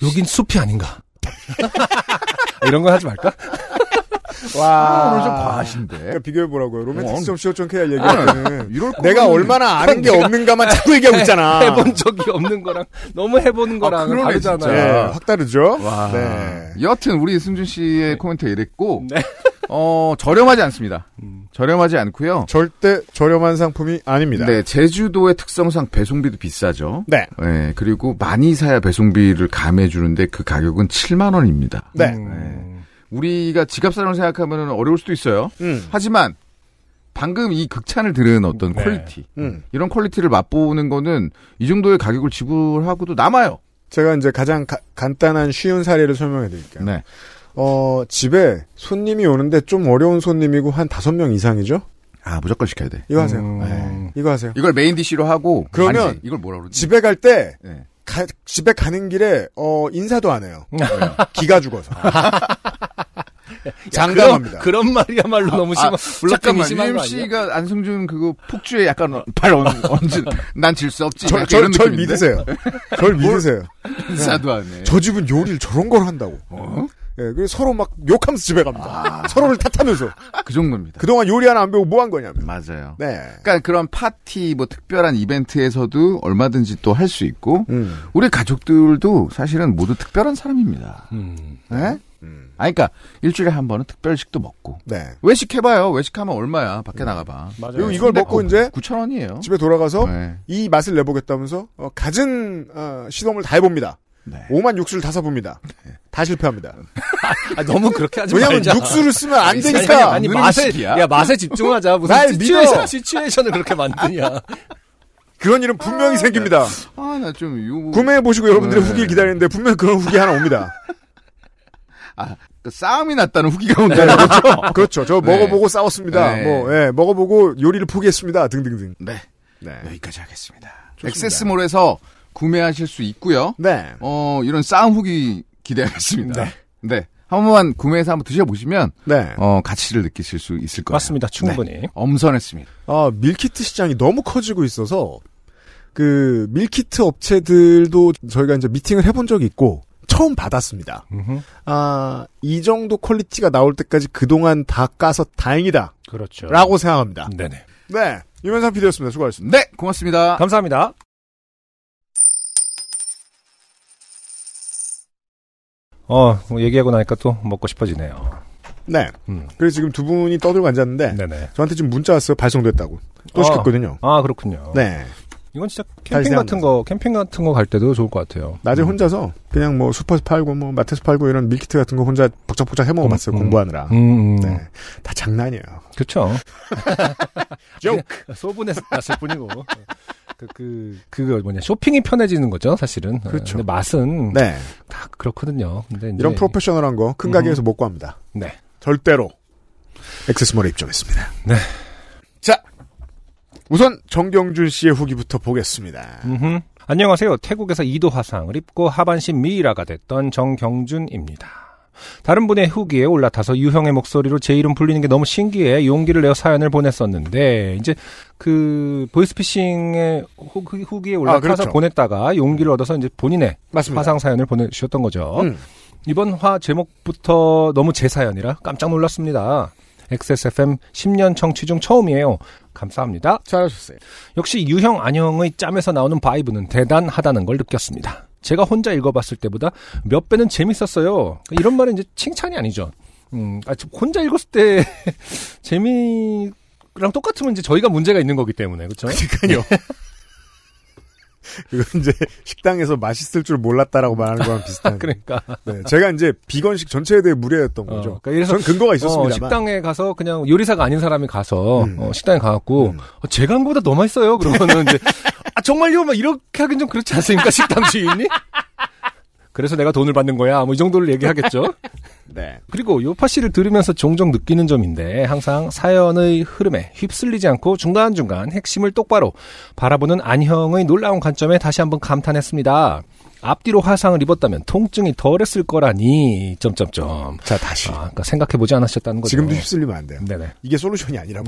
Speaker 2: 여긴 숲이 아닌가? 이런 건 하지 말까?
Speaker 1: 와.
Speaker 7: 오늘 좀 과하신데.
Speaker 1: 그러니까 비교해보라고요.
Speaker 7: 어.
Speaker 1: 로맨틱 점쇼 k r 얘기할
Speaker 7: 이럴
Speaker 1: 때는 내가
Speaker 7: 거면은
Speaker 1: 얼마나 아는 게
Speaker 2: 내가-
Speaker 1: 없는가만 자꾸 얘기하고 있잖아.
Speaker 7: 네.
Speaker 2: 해본 적이 없는 거랑 너무 해보는 거랑
Speaker 7: 그러네,
Speaker 2: 다르잖아요.
Speaker 1: 예, 확 다르죠?
Speaker 7: 와.
Speaker 1: 네.
Speaker 7: 여하튼 우리 승준 씨의 코멘트 이랬고 어 저렴하지 않습니다. 저렴하지 않고요.
Speaker 1: 절대 저렴한 상품이 아닙니다.
Speaker 7: 네 제주도의 특성상 배송비도 비싸죠.
Speaker 1: 네.
Speaker 7: 네 그리고 많이 사야 배송비를 감해 주는데 그 가격은 7만 원입니다.
Speaker 1: 네.
Speaker 2: 음.
Speaker 7: 우리가 지갑사정을 생각하면 어려울 수도 있어요.
Speaker 1: 음.
Speaker 7: 하지만 방금 이 극찬을 들은 어떤
Speaker 2: 네.
Speaker 7: 퀄리티
Speaker 1: 음.
Speaker 7: 이런 퀄리티를 맛보는 거는 이 정도의 가격을 지불하고도 남아요.
Speaker 1: 제가 이제 가장 가- 간단한 쉬운 사례를 설명해 드릴게요.
Speaker 7: 네.
Speaker 1: 어, 집에 손님이 오는데 좀 어려운 손님이고 한 다섯 명 이상이죠?
Speaker 7: 아 무조건 시켜야 돼.
Speaker 1: 이거 하세요.
Speaker 2: 음.
Speaker 1: 네. 이거 하세요.
Speaker 7: 이걸 메인 디시로 하고
Speaker 1: 그러면
Speaker 7: 아니지, 이걸 뭐라 그러지?
Speaker 1: 집에 갈 때,
Speaker 7: 네.
Speaker 1: 가- 집에 가는 길에, 어, 인사도 안 해요.
Speaker 2: 네.
Speaker 1: 기가 죽어서.
Speaker 7: 아,
Speaker 1: 장담합니다.
Speaker 2: 그런, 그런 말이야말로 너무 심한
Speaker 7: 잠깐만,
Speaker 2: 아, 블록킹이 심한 거 아니야?
Speaker 7: UMC가 안승준 그거 폭주에 약간 어- 발 얹, 얹은, 난 질 수 없지.
Speaker 1: 절,
Speaker 7: 약간
Speaker 1: 절,
Speaker 7: 이런
Speaker 1: 절
Speaker 7: 느낌인데? 네.
Speaker 1: 믿으세요. 절 믿으세요.
Speaker 7: 인사도 안 해.
Speaker 1: 저 집은 요리를 저런 걸 한다고.
Speaker 7: 어?
Speaker 1: 예, 그래서 서로 막 욕하면서 집에
Speaker 7: 아.
Speaker 1: 갑니다. 서로를 탓하면서.
Speaker 7: 그 정도입니다.
Speaker 1: 그동안 요리 하나 안 배우고 뭐 한 거냐면.
Speaker 7: 맞아요.
Speaker 1: 네.
Speaker 7: 그러니까 그런 파티, 뭐 특별한 이벤트에서도 얼마든지 또 할 수 있고,
Speaker 1: 음.
Speaker 7: 우리 가족들도 사실은 모두 특별한 사람입니다.
Speaker 2: 음.
Speaker 7: 네? 아, 그러니까 일주일에 한 번은 특별식도 먹고.
Speaker 1: 네.
Speaker 7: 외식해봐요. 외식하면 얼마야. 밖에 나가봐.
Speaker 1: 그리고 이걸
Speaker 7: 어.
Speaker 1: 먹고 이제
Speaker 7: 9,000원이에요.
Speaker 1: 집에 돌아가서
Speaker 7: 네.
Speaker 1: 이 맛을 내보겠다면서 어, 갖은 어, 시도를 다 해봅니다.
Speaker 7: 네.
Speaker 1: 오만 육수를 다 사봅니다. 다 실패합니다.
Speaker 2: 아, 너무 그렇게 하지
Speaker 1: 왜냐하면
Speaker 2: 말자.
Speaker 1: 육수를 쓰면 안
Speaker 2: 아니,
Speaker 1: 되니까.
Speaker 2: 아니
Speaker 7: 무슨
Speaker 2: 맛에
Speaker 7: 음식이야?
Speaker 2: 야 맛에 집중하자.
Speaker 1: 날
Speaker 2: 무슨
Speaker 1: 믿어.
Speaker 2: 시츄에이션, 시츄에이션을 그렇게 만드냐?
Speaker 1: 그런 일은 분명히 생깁니다.
Speaker 7: 아, 나 좀, 요,
Speaker 1: 구매해보시고 여러분들의
Speaker 7: 네.
Speaker 1: 후기를 기다리는데 분명 그런 후기 하나 옵니다.
Speaker 7: 아, 그 싸움이 났다는
Speaker 1: 네.
Speaker 7: 후기가 온다는 거죠?
Speaker 1: 그렇죠. 저
Speaker 7: 네.
Speaker 1: 먹어보고 싸웠습니다.
Speaker 7: 네.
Speaker 1: 뭐, 예, 먹어보고 요리를 포기했습니다. 등등등.
Speaker 7: 네.
Speaker 1: 네.
Speaker 7: 여기까지 하겠습니다.
Speaker 1: 좋습니다.
Speaker 7: 엑세스몰에서 구매하실 수 있고요.
Speaker 1: 네.
Speaker 7: 어, 이런 싸움 후기 기대하겠습니다.
Speaker 1: 네.
Speaker 7: 네. 한 번만 구매해서 한번 드셔보시면,
Speaker 1: 네.
Speaker 7: 어, 가치를 느끼실 수 있을 거예요.
Speaker 2: 맞습니다. 충분히.
Speaker 7: 네. 엄선했습니다.
Speaker 1: 아, 밀키트 시장이 너무 커지고 있어서 그 밀키트 업체들도 저희가 이제 미팅을 해본 적이 있고 처음 받았습니다.
Speaker 2: 음흠.
Speaker 1: 아, 이 정도 퀄리티가 나올 때까지 그동안 다 까서 다행이다.
Speaker 2: 그렇죠.
Speaker 1: 라고 생각합니다.
Speaker 2: 네네.
Speaker 1: 네. 유면상 PD였습니다. 수고하셨습니다.
Speaker 7: 네, 고맙습니다.
Speaker 2: 감사합니다. 어, 뭐 얘기하고 나니까 또 먹고 싶어지네요.
Speaker 1: 네.
Speaker 2: 음.
Speaker 1: 그래서 지금 두 분이 떠들고 앉았는데,
Speaker 2: 네네.
Speaker 1: 저한테 지금 문자 왔어요. 발송됐다고. 또
Speaker 2: 어.
Speaker 1: 시켰거든요.
Speaker 2: 아, 그렇군요.
Speaker 1: 네.
Speaker 2: 이건 진짜
Speaker 1: 다시
Speaker 2: 캠핑 같은
Speaker 1: 생각나서.
Speaker 2: 거, 캠핑 같은 거 갈 때도 좋을 것 같아요.
Speaker 1: 낮에 혼자서 그냥 뭐 슈퍼에서 팔고 뭐 마트에서 팔고 이런 밀키트 같은 거 혼자 복작복작 해 먹어봤어요.
Speaker 2: 음, 음.
Speaker 1: 공부하느라.
Speaker 2: 음, 음.
Speaker 1: 네. 다 장난이에요.
Speaker 2: 그쵸.
Speaker 1: Joke.
Speaker 2: 소분해서 났을 뿐이고. 그, 그, 그거 뭐냐. 쇼핑이 편해지는 거죠, 사실은.
Speaker 1: 그렇죠.
Speaker 2: 근데 맛은
Speaker 1: 네.
Speaker 2: 다 그렇거든요. 근데 이제
Speaker 1: 이런 프로페셔널한 거 큰 가게에서 못 구합니다.
Speaker 2: 네.
Speaker 1: 절대로. 액세스몰에 입점했습니다.
Speaker 2: 네.
Speaker 1: 자. 우선 정경준 씨의 후기부터 보겠습니다.
Speaker 2: 음흠. 안녕하세요. 태국에서 이도 화상을 입고 하반신 미이라가 됐던 정경준입니다. 다른 분의 후기에 올라타서 유형의 목소리로 제 이름 불리는 게 너무 신기해 용기를 내어 사연을 보냈었는데 이제 그 보이스피싱의 후, 후기에 올라타서
Speaker 1: 그렇죠.
Speaker 2: 보냈다가 용기를 얻어서 이제 본인의
Speaker 1: 맞습니다.
Speaker 2: 화상 사연을 보내주셨던 거죠.
Speaker 1: 음.
Speaker 2: 이번 화 제목부터 너무 제 사연이라 깜짝 놀랐습니다. XSFM 10년 청취 중 처음이에요. 감사합니다.
Speaker 1: 잘하셨어요.
Speaker 2: 역시 유형 안형의 짬에서 나오는 바이브는 대단하다는 걸 느꼈습니다. 제가 혼자 읽어봤을 때보다 몇 배는 재밌었어요. 이런 말은 이제 칭찬이 아니죠. 음, 아, 저 혼자 읽었을 때 재미랑 똑같으면 이제 저희가 문제가 있는 거기 때문에 그렇죠.
Speaker 1: 그러니까요. 이건 이제 식당에서 맛있을 줄 몰랐다라고 말하는 거랑 비슷한.
Speaker 2: 그러니까
Speaker 1: 네, 제가 이제 비건식 전체에 대해 무례했던
Speaker 2: 어,
Speaker 1: 거죠.
Speaker 2: 그러니까 이래서
Speaker 1: 전 근거가
Speaker 2: 어,
Speaker 1: 있었습니다만.
Speaker 2: 식당에 가서 그냥 요리사가 아닌 사람이 가서
Speaker 1: 음.
Speaker 2: 어, 식당에 가갖고
Speaker 1: 음.
Speaker 2: 어, 제 광고보다 더 맛있어요. 그러면은 이제 아 정말요? 막 이렇게 하긴 좀 그렇지 않습니까 식당 주인이? 그래서 내가 돈을 받는 거야. 뭐 이 정도를 얘기하겠죠.
Speaker 1: 네.
Speaker 2: 그리고 요파 씨를 들으면서 종종 느끼는 점인데 항상 사연의 흐름에 휩쓸리지 않고 중간중간 핵심을 똑바로 바라보는 안형의 놀라운 관점에 다시 한번 감탄했습니다. 앞뒤로 화상을 입었다면 통증이 덜했을 거라니 점점점.
Speaker 1: 자, 다시.
Speaker 2: 아, 그러니까 생각해 보지 않으셨다는 거죠.
Speaker 1: 지금도 휩쓸리면 안 돼요.
Speaker 2: 네네.
Speaker 1: 이게 솔루션이 아니라고.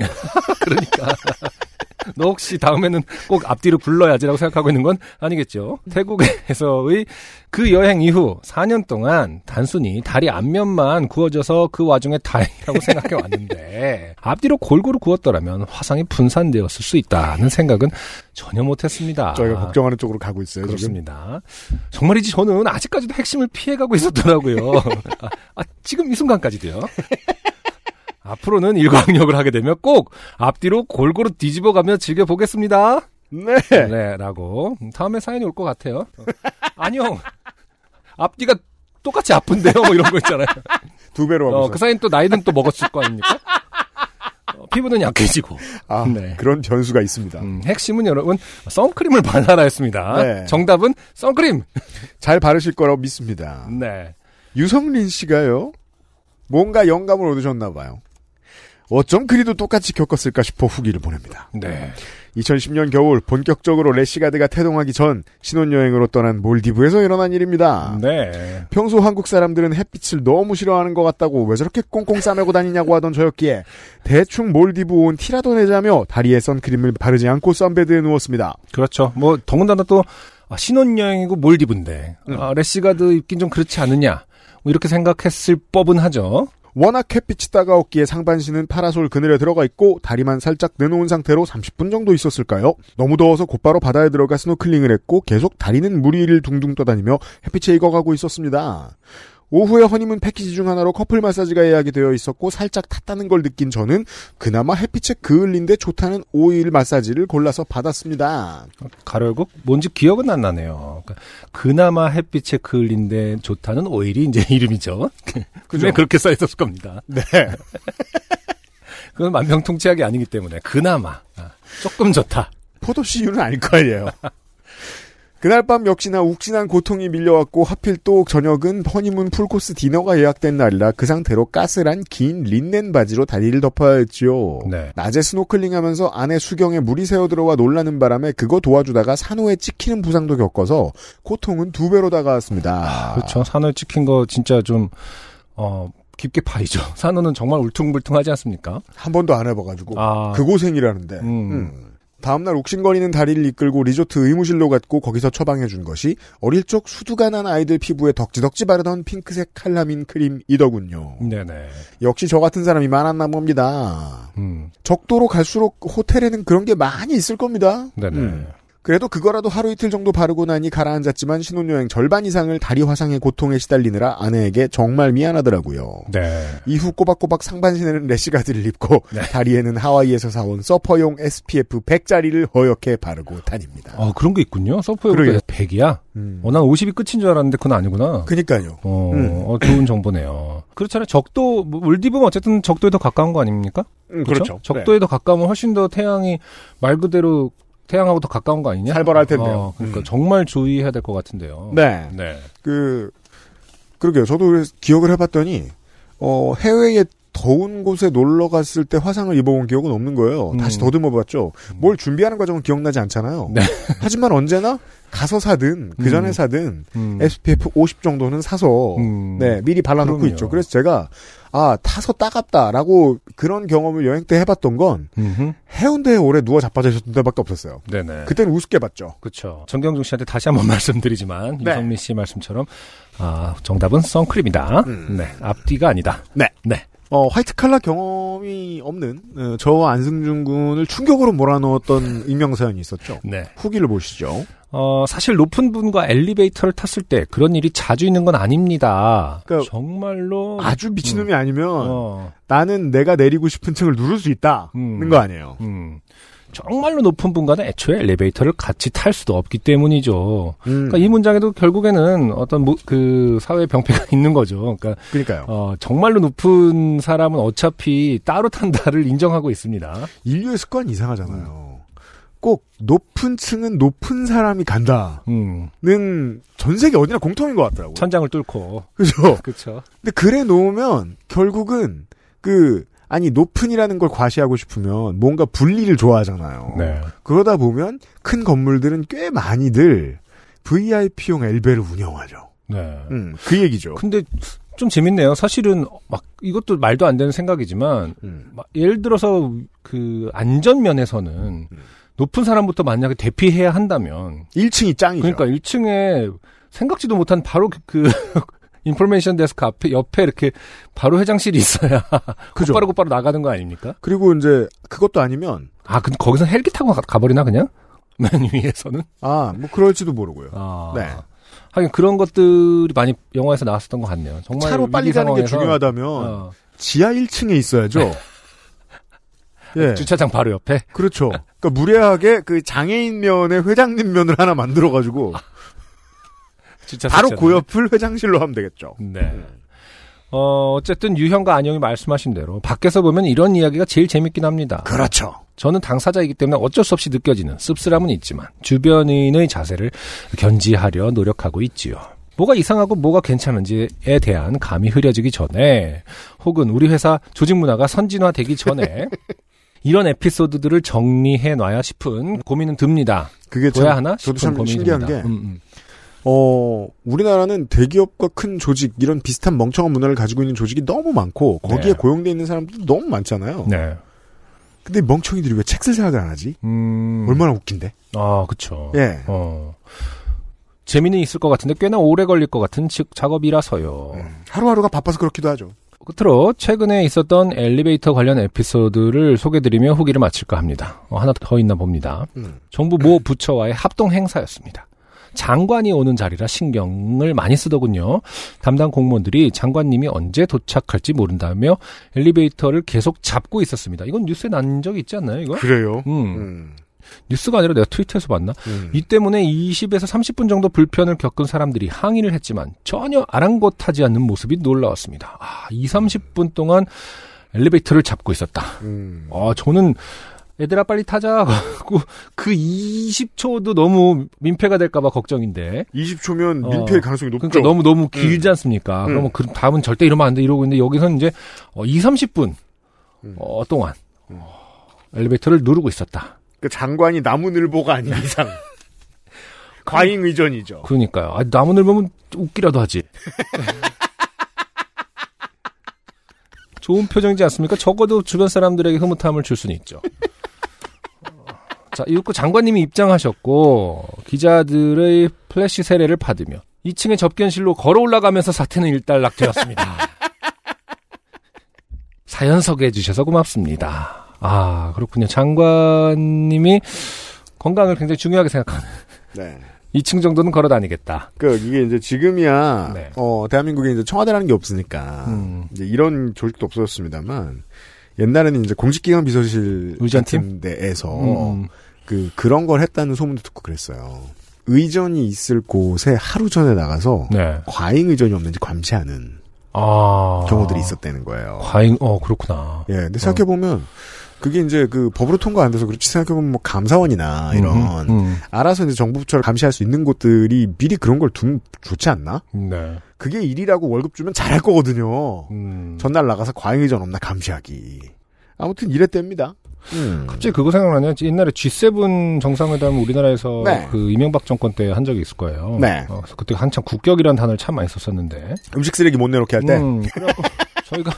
Speaker 2: 너 혹시 다음에는 꼭 앞뒤로 굴러야지라고 생각하고 있는 건 아니겠죠. 태국에서의 그 여행 이후 4년 동안 단순히 다리 앞면만 구워져서 그 와중에 다행이라고 생각해 왔는데 앞뒤로 골고루 구웠더라면 화상이 분산되었을 수 있다는 생각은 전혀 못했습니다.
Speaker 1: 저희가 걱정하는 쪽으로 가고 있어요. 지금.
Speaker 2: 아. 그렇습니다. 정말이지 저는 아직까지도 핵심을 피해가고 있었더라고요. 아, 아, 지금 이 순간까지도요. 앞으로는 일광욕을 하게 되면 꼭 앞뒤로 골고루 뒤집어가며 즐겨보겠습니다.
Speaker 1: 네.
Speaker 2: 네, 라고. 다음에 사연이 올 것 같아요. 어. 안녕. 앞뒤가 똑같이 아픈데요? 뭐 이런 거 있잖아요.
Speaker 1: 두 배로 하면서.
Speaker 2: 어, 그 사이엔 또 나이는 또 먹었을 거 아닙니까? 어, 피부는 약해지고.
Speaker 1: 아,
Speaker 2: 네.
Speaker 1: 그런 변수가 있습니다.
Speaker 2: 음, 핵심은 여러분, 선크림을 발라라 했습니다.
Speaker 1: 네.
Speaker 2: 정답은 선크림!
Speaker 1: 잘 바르실 거라고 믿습니다.
Speaker 2: 네.
Speaker 1: 유성린 씨가요. 뭔가 영감을 얻으셨나 봐요. 어쩜 그리도 똑같이 겪었을까 싶어 후기를 보냅니다.
Speaker 2: 네.
Speaker 1: 2010년 겨울 본격적으로 래시가드가 태동하기 전 신혼여행으로 떠난 몰디브에서 일어난 일입니다.
Speaker 2: 네.
Speaker 1: 평소 한국 사람들은 햇빛을 너무 싫어하는 것 같다고 왜 저렇게 꽁꽁 싸매고 다니냐고 하던 저였기에 대충 몰디브 온 티라도 내자며 다리에 선크림을 바르지 않고 선베드에 누웠습니다.
Speaker 2: 그렇죠. 뭐, 더군다나 또, 아, 신혼여행이고 몰디브인데, 아, 래시가드 입긴 좀 그렇지 않느냐. 뭐 이렇게 생각했을 법은 하죠.
Speaker 1: 워낙 햇빛이 따가웠기에 상반신은 파라솔 그늘에 들어가 있고 다리만 살짝 내놓은 상태로 30분 정도 있었을까요? 너무 더워서 곧바로 바다에 들어가 스노클링을 했고 계속 다리는 물 위를 둥둥 떠다니며 햇빛에 익어가고 있었습니다. 오후에 허니문 패키지 중 하나로 커플 마사지가 예약이 되어 있었고 살짝 탔다는 걸 느낀 저는 그나마 햇빛에 그을린데 좋다는 오일 마사지를 골라서 받았습니다.
Speaker 2: 가열국 뭔지 기억은 안 나네요. 그러니까 그나마 햇빛에 그을린데 좋다는 오일이 이제 이름이죠. 그죠? 그렇게 써 있었을 겁니다.
Speaker 1: 네.
Speaker 2: 그건 만병통치약이 아니기 때문에 그나마 아, 조금 좋다.
Speaker 1: 포도씨유는 아닐 거예요. 그날 밤 역시나 욱신한 고통이 밀려왔고 하필 또 저녁은 허니문 풀코스 디너가 예약된 날이라 그 상태로 까슬한 긴 린넨 바지로 다리를 덮어야 했지요.
Speaker 2: 네.
Speaker 1: 낮에 스노클링하면서 안에 수경에 물이 새어들어와 놀라는 바람에 그거 도와주다가 산호에 찍히는 부상도 겪어서 고통은 두 배로 다가왔습니다.
Speaker 2: 그렇죠. 산을 찍힌 거 진짜 좀 어, 깊게 파이죠. 산호는 정말 울퉁불퉁하지 않습니까?
Speaker 1: 한 번도 안 해봐가지고
Speaker 2: 아,
Speaker 1: 그 고생이라는데
Speaker 2: 음.
Speaker 1: 음. 다음날 옥신거리는 다리를 이끌고 리조트 의무실로 갔고 거기서 처방해 준 것이 어릴 적 수두가 난 아이들 피부에 덕지덕지 바르던 핑크색 칼라민 크림이더군요.
Speaker 2: 네네.
Speaker 1: 역시 저 같은 사람이 많았나 봅니다.
Speaker 2: 음,
Speaker 1: 적도로 갈수록 호텔에는 그런 게 많이 있을 겁니다.
Speaker 2: 네네.
Speaker 1: 음. 그래도 그거라도 하루 이틀 정도 바르고 나니 가라앉았지만 신혼여행 절반 이상을 다리 화상의 고통에 시달리느라 아내에게 정말 미안하더라고요.
Speaker 2: 네.
Speaker 1: 이후 꼬박꼬박 상반신에는 래시가드를 입고 다리에는 하와이에서 사온 서퍼용 SPF 100짜리를 허옇게 바르고 다닙니다.
Speaker 2: 아, 그런 게 있군요.
Speaker 1: 그러게요.
Speaker 2: 서프웨이가 100이야?
Speaker 1: 음.
Speaker 2: 어, 난 50이 끝인 줄 알았는데 그건 아니구나.
Speaker 1: 그니까요.
Speaker 2: 어,
Speaker 1: 음.
Speaker 2: 어, 좋은 정보네요. 그렇잖아요. 적도, 뭐, 물디브가 어쨌든 적도에 더 가까운 거 아닙니까? 그렇죠?
Speaker 1: 네.
Speaker 2: 적도에 더 가까우면 훨씬 더 태양이 말 그대로 태양하고 더 가까운 거 아니냐?
Speaker 1: 살벌할 텐데요.
Speaker 2: 어, 그러니까
Speaker 1: 음.
Speaker 2: 정말 주의해야 될 것 같은데요.
Speaker 1: 네.
Speaker 2: 네.
Speaker 1: 그 그러게요. 저도 그래서 기억을 해봤더니 어, 해외에 더운 곳에 놀러 갔을 때 화상을 입어본 기억은 없는 거예요.
Speaker 2: 음.
Speaker 1: 다시 더듬어봤죠. 뭘 준비하는 과정은 기억나지 않잖아요.
Speaker 2: 네.
Speaker 1: 하지만 언제나 가서 사든 그 전에
Speaker 2: 음.
Speaker 1: 사든
Speaker 2: 음.
Speaker 1: SPF 50 정도는 사서
Speaker 2: 음.
Speaker 1: 네 미리 발라놓고
Speaker 2: 그럼요.
Speaker 1: 있죠. 그래서 제가 아 타서 따갑다라고 그런 경험을 여행 때 해봤던 건
Speaker 2: 음흠.
Speaker 1: 해운대에 오래 누워 자빠져 있었던 데밖에 없었어요.
Speaker 2: 네네.
Speaker 1: 그때는 우습게 봤죠.
Speaker 2: 그렇죠. 정경중 씨한테 다시 한번 말씀드리지만
Speaker 1: 네.
Speaker 2: 유성민 씨 말씀처럼 아 정답은 선크림이다.
Speaker 1: 음.
Speaker 2: 네 앞뒤가 아니다.
Speaker 1: 네.
Speaker 2: 네.
Speaker 1: 어, 화이트 칼라 경험이 없는 어, 저와 안승준 군을 충격으로 몰아넣었던 익명사연이 있었죠.
Speaker 2: 네.
Speaker 1: 후기를 보시죠.
Speaker 2: 어 사실 높은 분과 엘리베이터를 탔을 때 그런 일이 자주 있는 건 아닙니다.
Speaker 1: 그러니까
Speaker 2: 정말로
Speaker 1: 아주 미친놈이 아니면
Speaker 2: 음. 어,
Speaker 1: 나는 내가 내리고 싶은 층을 누를 수 있다는
Speaker 2: 음.
Speaker 1: 거 아니에요.
Speaker 2: 음. 정말로 높은 분과는 애초에 엘리베이터를 같이 탈 수도 없기 때문이죠.
Speaker 1: 음,
Speaker 2: 그러니까 이 문장에도 결국에는 어떤 무- 그 사회 병폐가 있는 거죠. 그러니까
Speaker 1: 그러니까요.
Speaker 2: 어, 정말로 높은 사람은 어차피 따로 탄다를 인정하고 있습니다.
Speaker 1: 인류의 습관이 이상하잖아요. 꼭 높은 층은 높은 사람이 간다는
Speaker 2: 음,
Speaker 1: 전 세계 어디나 공통인 것 같더라고요.
Speaker 2: 천장을 뚫고
Speaker 1: 그죠?
Speaker 2: 그렇죠.
Speaker 1: 근데 그래 놓으면 결국은 그 아니 높은이라는 걸 과시하고 싶으면 뭔가 분리를 좋아하잖아요.
Speaker 2: 네.
Speaker 1: 그러다 보면 큰 건물들은 꽤 많이들 VIP용 엘베를 운영하죠.
Speaker 2: 네.
Speaker 1: 음, 그 얘기죠.
Speaker 2: 근데 좀 재밌네요. 사실은 막 이것도 말도 안 되는 생각이지만
Speaker 1: 음,
Speaker 2: 막 예를 들어서 그 안전 면에서는
Speaker 1: 음.
Speaker 2: 높은 사람부터 만약에 대피해야 한다면
Speaker 1: 1층이 짱이죠.
Speaker 2: 그러니까 1층에 생각지도 못한 바로 그- 그 인포메이션 데스크 앞에 옆에 이렇게 바로 회장실이 있어야
Speaker 1: 그죠.
Speaker 2: 곧바로 곧바로 나가는 거 아닙니까?
Speaker 1: 그리고 이제 그것도 아니면
Speaker 2: 아, 근데 거기서 헬기 타고 가, 버리나 그냥? 맨 위에서는?
Speaker 1: 아, 뭐 그럴지도 모르고요.
Speaker 2: 아.
Speaker 1: 네.
Speaker 2: 하긴 그런 것들이 많이 영화에서 나왔었던 것 같네요. 정말
Speaker 1: 차로
Speaker 2: 위기
Speaker 1: 빨리 가는 게
Speaker 2: 상황에서,
Speaker 1: 중요하다면
Speaker 2: 어,
Speaker 1: 지하 1층에 있어야죠. 예.
Speaker 2: 주차장 바로 옆에.
Speaker 1: 그렇죠. 그러니까 무례하게 그 장애인 면에 회장님 면을 하나 만들어 가지고
Speaker 2: 아, 주차
Speaker 1: 바로
Speaker 2: 섹션에.
Speaker 1: 그 옆을 회장실로 하면 되겠죠.
Speaker 2: 네. 어, 어쨌든 유형과 안형이 말씀하신 대로 밖에서 보면 이런 이야기가 제일 재밌긴 합니다.
Speaker 1: 그렇죠.
Speaker 2: 저는 당사자이기 때문에 어쩔 수 없이 느껴지는 씁쓸함은 있지만 주변인의 자세를 견지하려 노력하고 있지요. 뭐가 이상하고 뭐가 괜찮은지에 대한 감이 흐려지기 전에 혹은 우리 회사 조직 문화가 선진화되기 전에 이런 에피소드들을 정리해 놔야 싶은 고민은 듭니다.
Speaker 1: 그게 참
Speaker 2: 둬야 하나 싶은
Speaker 1: 저도 참
Speaker 2: 고민이
Speaker 1: 신기한
Speaker 2: 듭니다.
Speaker 1: 게
Speaker 2: 음, 음.
Speaker 1: 어, 우리나라는 대기업과 큰 조직, 이런 비슷한 멍청한 문화를 가지고 있는 조직이 너무 많고, 거기에
Speaker 2: 네.
Speaker 1: 고용돼 있는 사람들도 너무 많잖아요.
Speaker 2: 네.
Speaker 1: 근데 멍청이들이 왜 책 쓸 생각을 안 하지?
Speaker 2: 음.
Speaker 1: 얼마나 웃긴데?
Speaker 2: 아, 그쵸.
Speaker 1: 예.
Speaker 2: 어. 재미는 있을 것 같은데 꽤나 오래 걸릴 것 같은 즉 작업이라서요.
Speaker 1: 음, 하루하루가 바빠서 그렇기도 하죠.
Speaker 2: 끝으로 최근에 있었던 엘리베이터 관련 에피소드를 소개드리며 후기를 마칠까 합니다. 어, 하나 더 있나 봅니다.
Speaker 1: 음.
Speaker 2: 정부 모 부처와의 합동 행사였습니다. 장관이 오는 자리라 신경을 많이 쓰더군요. 담당 공무원들이 장관님이 언제 도착할지 모른다며 엘리베이터를 계속 잡고 있었습니다. 이건 뉴스에 난 적이 있지 않나요, 이거?
Speaker 1: 그래요?
Speaker 2: 음,
Speaker 1: 음,
Speaker 2: 뉴스가 아니라 내가 트위터에서 봤나?
Speaker 1: 음.
Speaker 2: 이 때문에 20에서 30분 정도 불편을 겪은 사람들이 항의를 했지만 전혀 아랑곳하지 않는 모습이 놀라웠습니다. 아, 2, 30분 동안 엘리베이터를 잡고 있었다.
Speaker 1: 음.
Speaker 2: 아, 저는 얘들아 빨리 타자 하고 그 20초도 너무 민폐가 될까봐 걱정인데
Speaker 1: 20초면
Speaker 2: 어,
Speaker 1: 민폐의 가능성이 높죠.
Speaker 2: 그러니까 너무 너무 길지 않습니까?
Speaker 1: 음.
Speaker 2: 그러면 그 다음은 절대 이러면 안 돼 이러고 있는데 여기서는 이제 어, 2, 30분
Speaker 1: 음.
Speaker 2: 어, 동안 엘리베이터를 누르고 있었다.
Speaker 1: 그 장관이 나무늘보가 아닌
Speaker 2: 네.
Speaker 1: 이상. 과잉 의전이죠.
Speaker 2: 그러니까요. 아, 나무늘 보면 웃기라도 하지. 좋은 표정이지 않습니까? 적어도 주변 사람들에게 흐뭇함을 줄 수는 있죠. 어, 자, 이윽고 장관님이 입장하셨고 기자들의 플래시 세례를 받으며 2층의 접견실로 걸어 올라가면서 사태는 일단락되었습니다. 사연 소개해 주셔서 고맙습니다. 아, 그렇군요. 장관님이 건강을 굉장히 중요하게 생각하는
Speaker 1: 네.
Speaker 2: 2층 정도는 걸어 다니겠다.
Speaker 1: 그 이게 이제 지금이야
Speaker 2: 네.
Speaker 1: 어 대한민국에 이제 청와대라는 게 없으니까
Speaker 2: 음.
Speaker 1: 이제 이런 조직도 없어졌습니다만 옛날에는 이제 공직기관 비서실
Speaker 2: 의전팀?
Speaker 1: 같은 데에서
Speaker 2: 음.
Speaker 1: 그 그런 걸 했다는 소문도 듣고 그랬어요. 의전이 있을 곳에 하루 전에 나가서
Speaker 2: 네.
Speaker 1: 과잉 의전이 없는지 감시하는
Speaker 2: 아.
Speaker 1: 경우들이 있었다는 거예요.
Speaker 2: 과잉, 어, 그렇구나.
Speaker 1: 예, 근데 생각해 보면 그게 이제 그 법으로 통과 안 돼서 그렇지 생각해 보면 뭐 감사원이나 이런
Speaker 2: 음,
Speaker 1: 알아서 이제 정부 부처를 감시할 수 있는 곳들이 미리 그런 걸 두면 좋지 않나?
Speaker 2: 음. 네.
Speaker 1: 그게 일이라고 월급 주면 잘할 거거든요.
Speaker 2: 음.
Speaker 1: 전날 나가서 과잉의전 없나 감시하기. 아무튼 이랬답니다. 음.
Speaker 2: 갑자기 그거 생각나네요. 옛날에 G7 정상회담 우리나라에서
Speaker 1: 네.
Speaker 2: 그 이명박 정권 때 한 적이 있을 거예요.
Speaker 1: 네.
Speaker 2: 어, 그래서 그때 한참 국격이라는 단어를 참 많이 썼었는데.
Speaker 1: 음식 쓰레기 못 내놓게 할 때.
Speaker 2: 음, 그래갖고 저희가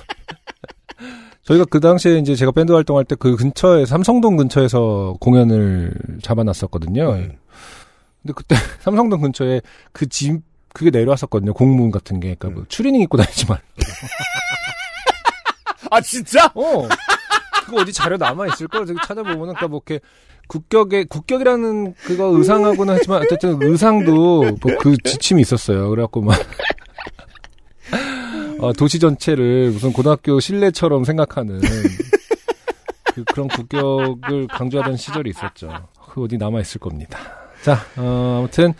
Speaker 2: 저희가 그 당시에 이제 제가 밴드 활동할 때 그 근처에 삼성동 근처에서 공연을 잡아놨었거든요.
Speaker 1: 음.
Speaker 2: 근데 그때 삼성동 근처에 그 짐 그게 내려왔었거든요. 공문 같은 게.
Speaker 1: 네.
Speaker 2: 그러니까 뭐 추리닝 입고 다니지 말.
Speaker 1: 아 진짜?
Speaker 2: 어. 그거 어디 자료 남아 있을 걸 찾아보면은 그러니까 뭐 이렇게 국격에 국격이라는 그거 의상하고는 했지만 어쨌든 의상도 뭐 그 지침이 있었어요. 그래갖고 막 어, 도시 전체를 무슨 고등학교 실내처럼 생각하는 그, 런 국격을 강조하던 시절이 있었죠. 그 어디 남아 있을 겁니다. 자, 어, 아무튼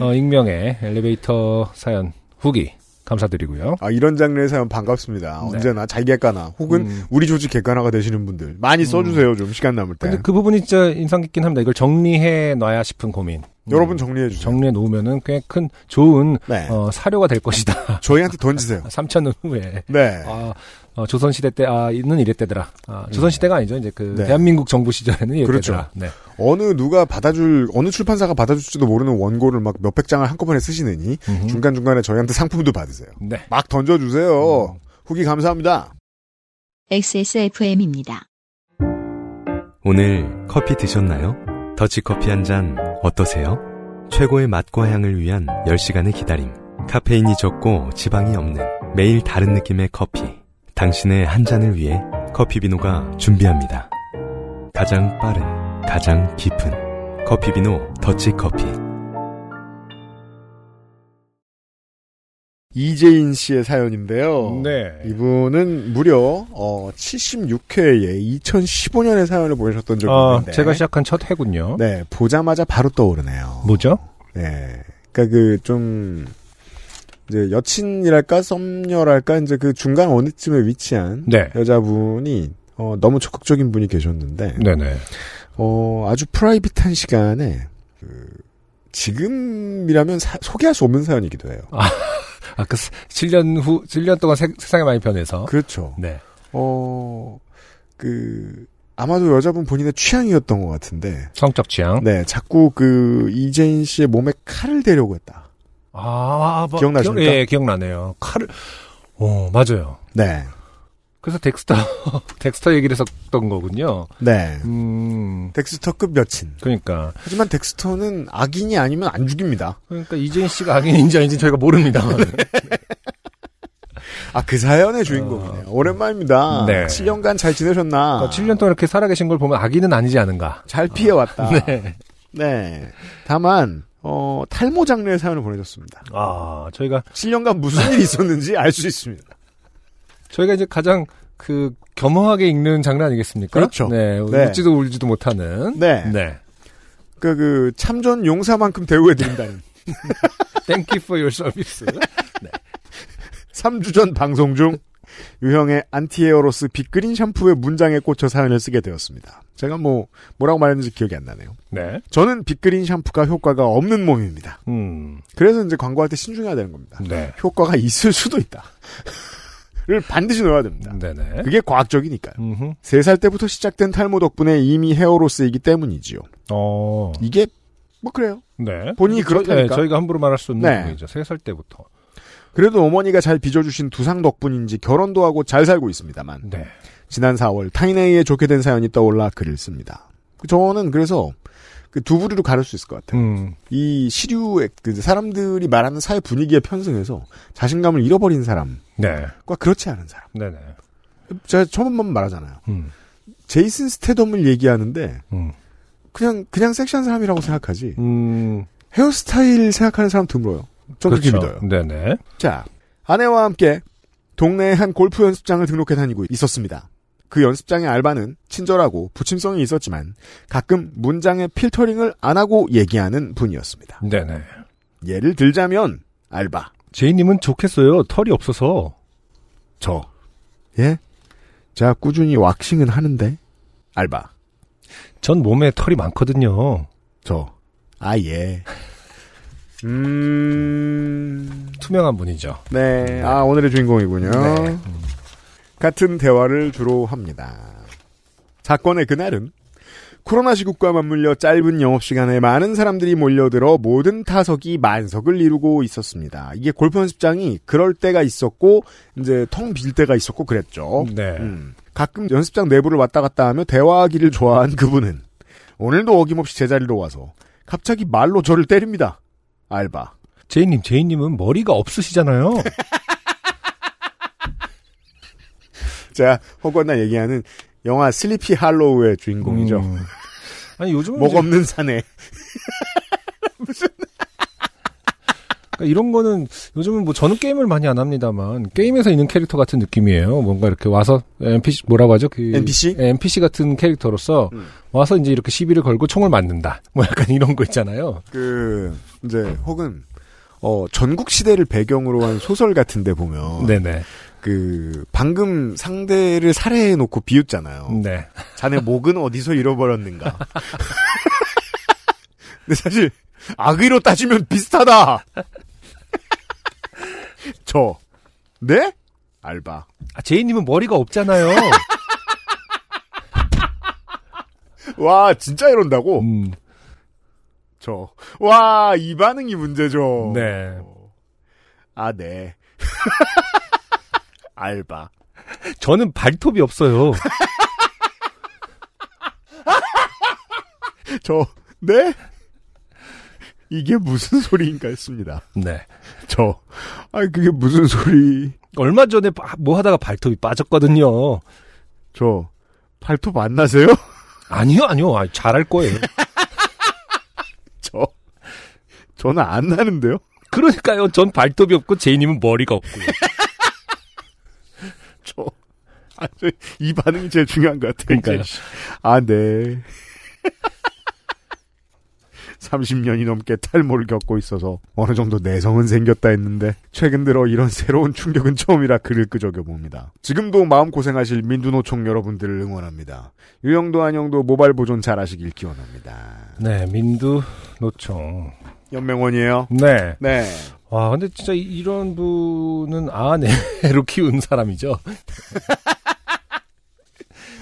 Speaker 2: 어, 익명의 엘리베이터 사연 후기 감사드리고요.
Speaker 1: 아 이런 장르의 사연 반갑습니다. 언제나 자기 객관화 혹은
Speaker 2: 네. 음.
Speaker 1: 우리 조직 객관화가 되시는 분들 많이 써주세요. 좀 시간 남을 때.
Speaker 2: 근데 그 부분이 진짜 인상 깊긴 합니다. 이걸 정리해 놔야 싶은 고민. 음.
Speaker 1: 여러분 정리해 주세요.
Speaker 2: 그- 정리해 놓으면은 꽤 큰 좋은
Speaker 1: 네.
Speaker 2: 어, 사료가 될 것이다.
Speaker 1: 저희한테 던지세요.
Speaker 2: 3천년 후에.
Speaker 1: 네.
Speaker 2: 아, 어, 조선시대 때, 아, 있는 이랬대더라. 아, 조선시대가 아니죠. 이제 그,
Speaker 1: 네.
Speaker 2: 대한민국 정부 시절에는 이랬대더라.
Speaker 1: 그렇죠.
Speaker 2: 네.
Speaker 1: 어느 누가 받아줄 어느 출판사가 받아줄지도 모르는 원고를 막 몇백 장을 한꺼번에 쓰시느니
Speaker 2: 음흠.
Speaker 1: 중간 중간에 저희한테 상품도 받으세요.
Speaker 2: 네.
Speaker 1: 막
Speaker 2: 음.
Speaker 1: 던져주세요. 후기 감사합니다.
Speaker 3: XSFM입니다.
Speaker 8: 오늘 커피 드셨나요? 더치커피 한 잔 어떠세요? 최고의 맛과 향을 위한 10시간의 기다림. 카페인이 적고 지방이 없는 매일 다른 느낌의 커피. 당신의 한 잔을 위해 커피비노가 준비합니다. 가장 빠른, 가장 깊은 커피비노 더치커피.
Speaker 1: 이재인 씨의 사연인데요.
Speaker 2: 네.
Speaker 1: 어, 이분은 무려 76회에 2015년에 사연을 보내셨던 적이
Speaker 2: 어,
Speaker 1: 있는데
Speaker 2: 제가 시작한 첫 해군요.
Speaker 1: 네 보자마자 바로 떠오르네요.
Speaker 2: 뭐죠?
Speaker 1: 네, 그러니까 그 좀 이제 여친이랄까 썸녀랄까 이제 그 중간 어느쯤에 위치한
Speaker 2: 네.
Speaker 1: 여자분이 어, 너무 적극적인 분이 계셨는데
Speaker 2: 네네.
Speaker 1: 어, 아주 프라이빗한 시간에 그 지금이라면 사- 소개할 수 없는 사연이기도 해요.
Speaker 2: 아, 그, 7년 후, 7년 동안 세, 상이 많이 변해서.
Speaker 1: 그렇죠.
Speaker 2: 네.
Speaker 1: 어, 그, 아마도 여자분 본인의 취향이었던 것 같은데,
Speaker 2: 성적 취향.
Speaker 1: 네, 자꾸 그, 이재인 씨의 몸에 칼을 대려고 했다.
Speaker 2: 아, 뭐,
Speaker 1: 기억나십니까?
Speaker 2: 기억- 예, 기억나네요. 칼을, 어, 맞아요.
Speaker 1: 네,
Speaker 2: 그래서 덱스터 덱스터 얘기를 했었던 거군요.
Speaker 1: 네.
Speaker 2: 음.
Speaker 1: 덱스터급 여친.
Speaker 2: 그러니까
Speaker 1: 하지만 덱스터는 악인이 아니면 안 죽입니다.
Speaker 2: 그러니까 이재인 씨가 악인인지 아닌지 저희가 그러니까 모릅니다.
Speaker 1: 아, 그 사연의 주인공이네요. 오랜만입니다.
Speaker 2: 네.
Speaker 1: 7년간 잘 지내셨나?
Speaker 2: 7년 동안 이렇게 살아계신 걸 보면 악인은 아니지 않은가.
Speaker 1: 어, 잘 피해왔다.
Speaker 2: 네.
Speaker 1: 네. 다만, 어, 탈모 장르의 사연을 보내줬습니다.
Speaker 2: 아 저희가
Speaker 1: 7년간 무슨 일이 있었는지 알 수 있습니다.
Speaker 2: 저희가 이제 가장 그 겸허하게 읽는 장르 아니겠습니까?
Speaker 1: 그렇죠.
Speaker 2: 네,
Speaker 1: 네.
Speaker 2: 웃지도 울지도 못하는.
Speaker 1: 네.
Speaker 2: 네.
Speaker 1: 그, 그, 참전 용사만큼 대우해드린다는.
Speaker 2: Thank you for your service.
Speaker 1: 3주 전 방송 중 유형의 안티에어로스 빅그린 샴푸의 문장에 꽂혀 사연을 쓰게 되었습니다. 제가 뭐 뭐라고 말했는지 기억이 안 나네요.
Speaker 2: 네.
Speaker 1: 저는 빅그린 샴푸가 효과가 없는 몸입니다.
Speaker 2: 음.
Speaker 1: 그래서 이제 광고할 때 신중해야 되는 겁니다.
Speaker 2: 네.
Speaker 1: 효과가 있을 수도 있다.를 반드시 넣어야
Speaker 2: 음.
Speaker 1: 됩니다.
Speaker 2: 네네.
Speaker 1: 그게 과학적이니까요.
Speaker 2: 음.
Speaker 1: 3살 때부터 시작된 탈모 덕분에 이미 헤어로스이기 때문이지요.
Speaker 2: 어.
Speaker 1: 이게 뭐 그래요.
Speaker 2: 네.
Speaker 1: 본인이 그렇다니까.
Speaker 2: 네, 저희가 함부로 말할 수 없는
Speaker 1: 네.
Speaker 2: 부분이죠. 세 살 때부터.
Speaker 1: 그래도 어머니가 잘 빚어주신 두상 덕분인지 결혼도 하고 잘 살고 있습니다만
Speaker 2: 네.
Speaker 1: 지난 4월 타인에 의해 좋게 된 사연이 떠올라 글을 씁니다. 그 저는 그래서 그 두 부류로 가를 수 있을 것 같아요.
Speaker 2: 음,
Speaker 1: 이 시류의 그 사람들이 말하는 사회 분위기에 편승해서 자신감을 잃어버린 사람과
Speaker 2: 네,
Speaker 1: 그렇지 않은 사람.
Speaker 2: 네네.
Speaker 1: 제가 처음만 말하잖아요.
Speaker 2: 음,
Speaker 1: 제이슨 스테덤을 얘기하는데
Speaker 2: 음,
Speaker 1: 그냥 그냥 섹시한 사람이라고 생각하지
Speaker 2: 음,
Speaker 1: 헤어스타일 생각하는 사람 드물어요. 저는 그렇게 믿어요.
Speaker 2: 그렇죠. 네네.
Speaker 1: 자, 아내와 함께 동네의 한 골프 연습장을 등록해 다니고 있었습니다. 그 연습장의 알바는 친절하고 부침성이 있었지만 가끔 문장의 필터링을 안 하고 얘기하는 분이었습니다.
Speaker 2: 네네.
Speaker 1: 예를 들자면 알바,
Speaker 2: 제이님은 좋겠어요. 털이 없어서.
Speaker 1: 저, 예? 제가 꾸준히 왁싱은 하는데 알바,
Speaker 2: 전 몸에 털이 많거든요.
Speaker 1: 저, 아 예. 음,
Speaker 2: 투명한 분이죠.
Speaker 1: 네, 아 오늘의 주인공이군요. 같은 대화를 주로 합니다. 사건의 그날은 코로나 시국과 맞물려 짧은 영업 시간에 많은 사람들이 몰려들어 모든 타석이 만석을 이루고 있었습니다. 이게 골프 연습장이 그럴 때가 있었고 이제 텅 빌 때가 있었고 그랬죠.
Speaker 2: 네.
Speaker 1: 음, 가끔 연습장 내부를 왔다 갔다 하며 대화하기를 좋아한 그분은 오늘도 어김없이 제자리로 와서 갑자기 말로 저를 때립니다. 알바.
Speaker 2: 제이님, 제이님은 머리가 없으시잖아요.
Speaker 1: 제가 허구한날 얘기하는 영화 슬리피 할로우의 주인공이죠.
Speaker 2: 음. 아니, 요즘은
Speaker 1: 목
Speaker 2: 이제
Speaker 1: 없는 사내.
Speaker 2: 그러니까 이런 거는 요즘은 뭐 저는 게임을 많이 안 합니다만 게임에서 있는 캐릭터 같은 느낌이에요. 뭔가 이렇게 와서 NPC 뭐라고 하죠? 그
Speaker 1: NPC?
Speaker 2: 예, NPC 같은 캐릭터로서
Speaker 1: 음.
Speaker 2: 와서 이제 이렇게 시비를 걸고 총을 맞는다. 뭐 약간 이런 거 있잖아요.
Speaker 1: 그 이제 혹은 어 전국 시대를 배경으로 한 소설 같은데 보면
Speaker 2: 네네.
Speaker 1: 그 방금 상대를 살해해 놓고 비웃잖아요.
Speaker 2: 네.
Speaker 1: 자네 목은 어디서 잃어버렸는가. 근데 사실 악의로 따지면 비슷하다. 저 네? 알바.
Speaker 2: 아, 제이님은 머리가 없잖아요.
Speaker 1: 와 진짜 이런다고?
Speaker 2: 음,
Speaker 1: 저. 와, 이 반응이 문제죠.
Speaker 2: 네.
Speaker 1: 아, 네. 알바.
Speaker 2: 저는 발톱이 없어요.
Speaker 1: 저, 네? 이게 무슨 소리인가 했습니다.
Speaker 2: 네.
Speaker 1: 저. 아, 그게 무슨 소리.
Speaker 2: 얼마 전에 바- 뭐 하다가 발톱이 빠졌거든요.
Speaker 1: 저, 발톱 안 나세요?
Speaker 2: 아니요, 아니요. 아, 잘할 거예요.
Speaker 1: 저. 저는 안 나는데요?
Speaker 2: 그러니까요. 전 발톱이 없고 제이님은 머리가 없고.
Speaker 1: 저. 아, 저, 이 반응이 제일 중요한 것 같아요. 이제.
Speaker 2: 그러니까요.
Speaker 1: 아, 네. 30년이 넘게 탈모를 겪고 있어서 어느 정도 내성은 생겼다 했는데 최근 들어 이런 새로운 충격은 처음이라 글을 끄적여 봅니다. 지금도 마음고생하실 민주노총 여러분들을 응원합니다. 유영도 안영도 모발 보존 잘하시길 기원합니다.
Speaker 2: 네, 민두 노총.
Speaker 1: 연맹원이에요.
Speaker 2: 네.
Speaker 1: 네.
Speaker 2: 와, 근데 진짜 이- 이런 분은 아내로 키운 사람이죠.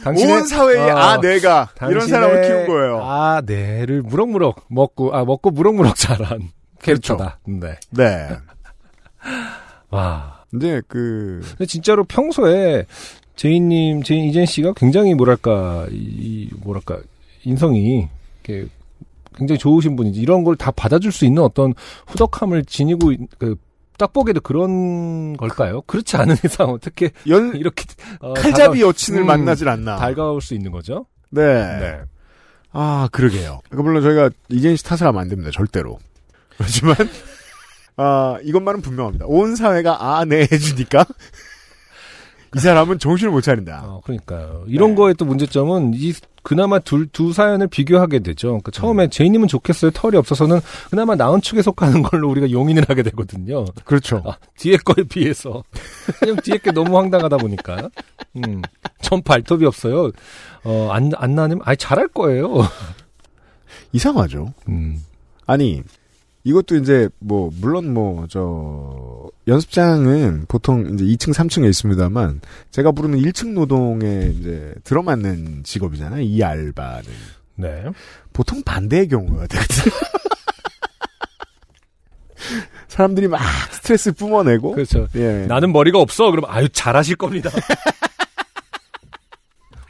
Speaker 1: 온 사회의 아, 내가 이런 사람을 키운 거예요.
Speaker 2: 아, 내를 무럭무럭 먹고, 아, 먹고 무럭무럭 자란
Speaker 1: 그렇죠.
Speaker 2: 캐릭터다. 네.
Speaker 1: 네.
Speaker 2: 와.
Speaker 1: 이제 그
Speaker 2: 근데 진짜로 평소에 제이님, 제인, 이젠 씨가 굉장히 뭐랄까, 이, 이 뭐랄까, 인성이 이렇게 굉장히 좋으신 분인지 이런 걸 다 받아줄 수 있는 어떤 후덕함을 지니고, 있- 그, 딱 보기에도 그런 걸까요? 그렇지 않은 이상 어떻게
Speaker 1: 연
Speaker 2: 이렇게 어,
Speaker 1: 칼잡이 여친을
Speaker 2: 음,
Speaker 1: 만나질 않나.
Speaker 2: 달가, 올수 있는 거죠?
Speaker 1: 네. 아, 그러게요. 그러니까 물론 저희가 이재인 씨 탓을 하면 안 됩니다. 절대로. 그렇지만, 아, 이것만은 분명합니다. 온 사회가 아, 네 해주니까. 이 사람은 정신을 못 차린다.
Speaker 2: 어, 그러니까요. 이런
Speaker 1: 아, 네.
Speaker 2: 거의 또 문제점은 이 그나마 둘, 두 사연을 비교하게 되죠. 그러니까 처음에 제이님은 좋겠어요. 털이 없어서는 그나마 나은 축에 속하는 걸로 우리가 용인을 하게 되거든요.
Speaker 1: 그렇죠.
Speaker 2: 아, 뒤에 거에 비해서. 왜냐면 뒤에 게 너무 황당하다 보니까. 음. 전 발톱이 없어요. 어, 안, 안 나면, 아니, 잘할 거예요.
Speaker 1: 이상하죠.
Speaker 2: 음.
Speaker 1: 아니, 이것도 이제, 뭐, 물론 뭐, 저, 연습장은 보통 이제 2층, 3층에 있습니다만, 제가 부르는 1층 노동에 이제 들어맞는 직업이잖아요. 이 알바는.
Speaker 2: 네.
Speaker 1: 보통 반대의 경우가 되거든요. 사람들이 막 스트레스 뿜어내고
Speaker 2: 그렇죠.
Speaker 1: 예.
Speaker 2: 나는 머리가 없어. 그럼 아유 잘하실 겁니다.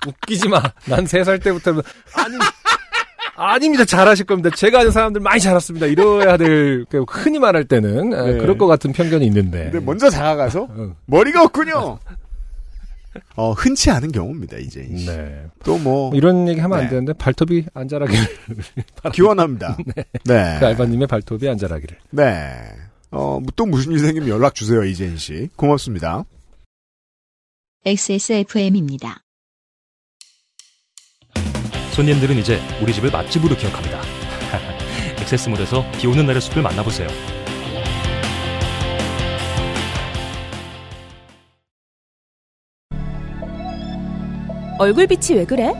Speaker 2: 웃기지 마. 난 세 살 때부터 아니 아닙니다. 잘하실 겁니다. 제가 아는 사람들 많이 잘했습니다. 이래야 될, 그 흔히 말할 때는, 아,
Speaker 1: 네.
Speaker 2: 그럴 것 같은 편견이 있는데.
Speaker 1: 근데 먼저 다가가서
Speaker 2: 어,
Speaker 1: 머리가 없군요. 어 흔치 않은 경우입니다 이제.
Speaker 2: 네.
Speaker 1: 또
Speaker 2: 뭐
Speaker 1: 뭐
Speaker 2: 네. 이런 얘기 하면 안
Speaker 1: 네.
Speaker 2: 되는데, 발톱이 안 자라길.
Speaker 1: 기원합니다. 네.
Speaker 2: 그 알바님의 발톱이 안 자라기를.
Speaker 1: 네. 어, 또 무슨 일이 생기면 연락 주세요, 이재인 씨. 고맙습니다.
Speaker 3: XSFM입니다.
Speaker 5: 손님들은 이제 우리 집을 맛집으로 기억합니다. 액세스몰에서 비 오는 날의 숲을 만나보세요.
Speaker 4: 얼굴빛이 왜 그래?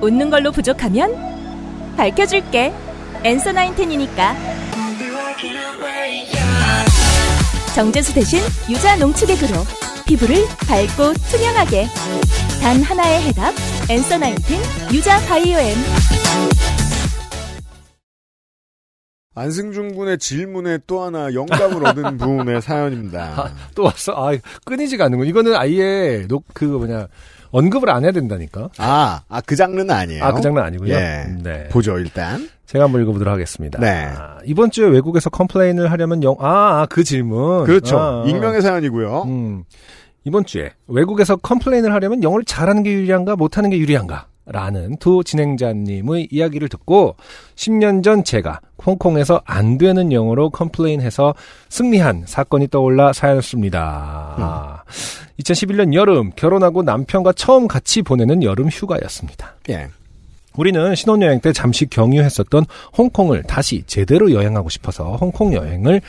Speaker 4: 웃는 걸로 부족하면 밝혀줄게. 엔서 나인텐이니까. 정제수 대신 유자 농축액으로 피부를 밝고 투명하게. 단 하나의 해답. 엔서 나인텐 유자 바이오엠.
Speaker 1: 안승준 군의 질문에 또 하나 영감을 얻은 분의 사연입니다.
Speaker 2: 또 왔어? 아, 끊이지가 않는군. 이거는 아예, 녹, 그 뭐냐, 언급을 안 해야 된다니까.
Speaker 1: 아, 아, 그 장르는 아니에요.
Speaker 2: 아, 그 장난 아니고요.
Speaker 1: 예.
Speaker 2: 네.
Speaker 1: 보죠, 일단.
Speaker 2: 제가 한번 읽어보도록 하겠습니다.
Speaker 1: 네.
Speaker 2: 아, 이번 주에 외국에서 컴플레인을 하려면 영, 아, 아, 그 질문.
Speaker 1: 그렇죠.
Speaker 2: 아, 아.
Speaker 1: 익명의 사연이고요.
Speaker 2: 음, 이번 주에 외국에서 컴플레인을 하려면 영어를 잘하는 게 유리한가 못하는 게 유리한가? 라는 두 진행자님의 이야기를 듣고 10년 전 제가 홍콩에서 안 되는 영어로 컴플레인해서 승리한 사건이 떠올라 사연을 씁니다.
Speaker 1: 음.
Speaker 2: 2011년 여름 결혼하고 남편과 처음 같이 보내는 여름 휴가였습니다.
Speaker 1: 예.
Speaker 2: 우리는 신혼여행 때 잠시 경유했었던 홍콩을 다시 제대로 여행하고 싶어서 홍콩 여행을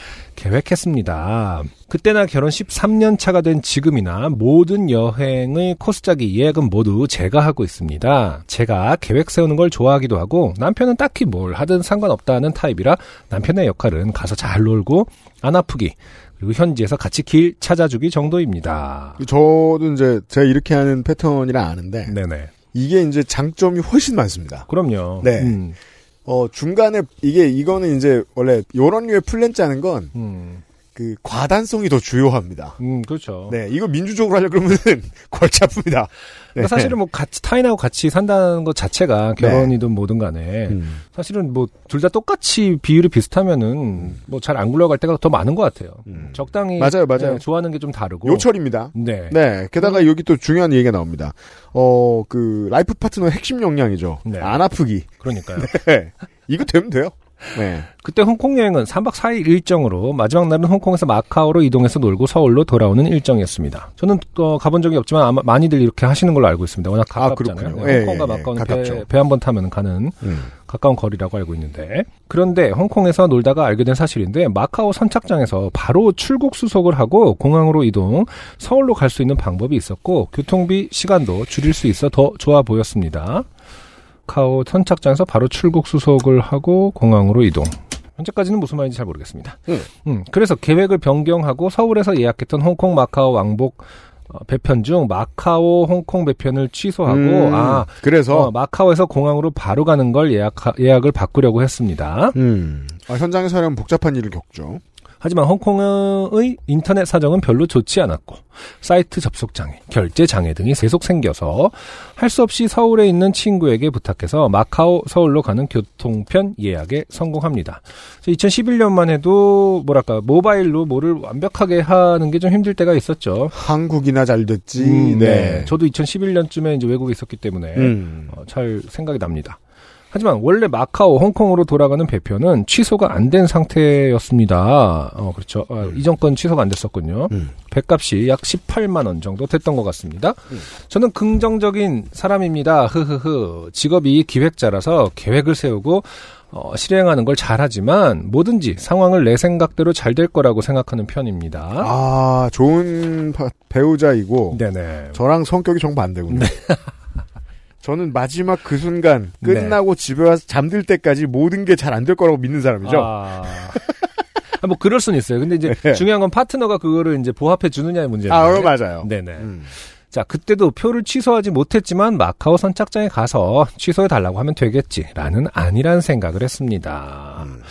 Speaker 2: 계획했습니다. 그때나 결혼 13년 차가 된 지금이나 모든 여행의 코스짝이 예약은 모두 제가 하고 있습니다. 제가 계획 세우는 걸 좋아하기도 하고 남편은 딱히 뭘 하든 상관없다는 타입이라 남편의 역할은 가서 잘 놀고 안 아프기 그리고 현지에서 같이 길 찾아주기 정도입니다.
Speaker 1: 저도 이제 제가 이렇게 하는 패턴이라 아는데,
Speaker 2: 네네.
Speaker 1: 이게 이제 장점이 훨씬 많습니다.
Speaker 2: 그럼요.
Speaker 1: 네.
Speaker 2: 음,
Speaker 1: 어, 중간에, 이게, 이거는 이제 원래 요런 류의 플랜 짜는 건,
Speaker 2: 음,
Speaker 1: 그, 과단성이 더 주요합니다.
Speaker 2: 음, 그렇죠.
Speaker 1: 네, 이거 민주적으로 하려고 그러면은 골치 아픕니다. 네. 네.
Speaker 2: 그러니까 사실은 뭐 같이 타인하고 같이 산다는 것 자체가 결혼이든 뭐든 간에
Speaker 1: 음.
Speaker 2: 사실은 뭐 둘 다 똑같이 비율이 비슷하면은 뭐 잘 안 굴러갈 때가 더 많은 것 같아요.
Speaker 1: 음.
Speaker 2: 적당히
Speaker 1: 맞아요, 맞아요.
Speaker 2: 네, 좋아하는 게 좀 다르고
Speaker 1: 요철입니다.
Speaker 2: 네.
Speaker 1: 네. 게다가 여기 또 중요한 얘기가 나옵니다. 어, 그, 라이프 파트너의 핵심 역량이죠.
Speaker 2: 네.
Speaker 1: 안 아프기.
Speaker 2: 그러니까요.
Speaker 1: 네. 이거 되면 돼요. 네.
Speaker 2: 그때 홍콩 여행은 3박 4일 일정으로 마지막 날은 홍콩에서 마카오로 이동해서 놀고 서울로 돌아오는 일정이었습니다. 저는 또 가본 적이 없지만 아마 많이들 이렇게 하시는 걸로 알고 있습니다. 워낙
Speaker 1: 아,
Speaker 2: 가깝잖아요.
Speaker 1: 그렇군요.
Speaker 2: 네,
Speaker 1: 예,
Speaker 2: 홍콩과
Speaker 1: 예, 예.
Speaker 2: 마카오는
Speaker 1: 가깝죠.
Speaker 2: 배 한 번 타면 가는
Speaker 1: 음.
Speaker 2: 가까운 거리라고 알고 있는데 그런데 홍콩에서 놀다가 알게 된 사실인데 마카오 선착장에서 바로 출국 수속을 하고 공항으로 이동 서울로 갈 수 있는 방법이 있었고 교통비 시간도 줄일 수 있어 더 좋아 보였습니다. 마카오 선착장에서 바로 출국 수속을 하고 공항으로 이동. 현재까지는 무슨 말인지 잘 모르겠습니다.
Speaker 1: 음.
Speaker 2: 음, 그래서 계획을 변경하고 서울에서 예약했던 홍콩 마카오 왕복 어, 배편 중 마카오 홍콩 배편을 취소하고
Speaker 1: 음,
Speaker 2: 아
Speaker 1: 그래서,
Speaker 2: 어, 마카오에서 공항으로 바로 가는 걸 예약 예약을 바꾸려고 했습니다.
Speaker 1: 음. 아, 현장에서 하려면 복잡한 일을 겪죠.
Speaker 2: 하지만 홍콩의 인터넷 사정은 별로 좋지 않았고 사이트 접속 장애, 결제 장애 등이 계속 생겨서 할 수 없이 서울에 있는 친구에게 부탁해서 마카오 서울로 가는 교통편 예약에 성공합니다. 2011년만 해도 뭐랄까 모바일로 뭐를 완벽하게 하는 게 좀 힘들 때가 있었죠.
Speaker 1: 한국이나 잘 됐지.
Speaker 2: 음,
Speaker 1: 네.
Speaker 2: 저도 2011년쯤에 이제 외국에 있었기 때문에
Speaker 1: 음.
Speaker 2: 어, 잘 생각이 납니다. 하지만 원래 마카오, 홍콩으로 돌아가는 배편은 취소가 안 된 상태였습니다. 어, 그렇죠. 아, 이전 건 취소가 안 됐었군요.
Speaker 1: 음.
Speaker 2: 배값이 약 18만 원 정도 됐던 것 같습니다.
Speaker 1: 음.
Speaker 2: 저는 긍정적인 사람입니다. 흐흐흐. 직업이 기획자라서 계획을 세우고 어, 실행하는 걸 잘하지만 뭐든지 상황을 내 생각대로 잘 될 거라고 생각하는 편입니다.
Speaker 1: 아, 좋은 파- 배우자이고,
Speaker 2: 네네.
Speaker 1: 저랑 성격이 정반대군요. 저는 마지막 그 순간
Speaker 2: 네.
Speaker 1: 끝나고 집에 와서 잠들 때까지 모든 게 잘 안 될 거라고 믿는 사람이죠. 네.
Speaker 2: 아. 아, 뭐 그럴 수는 있어요. 근데 이제 중요한 건 파트너가 그거를 이제 보합해 주느냐의 문제예요.
Speaker 1: 아, 어, 맞아요.
Speaker 2: 네. 네네.
Speaker 1: 음.
Speaker 2: 자, 그때도 표를 취소하지 못했지만 마카오 선착장에 가서 취소해 달라고 하면 되겠지라는 아니란 생각을 했습니다.
Speaker 1: 음.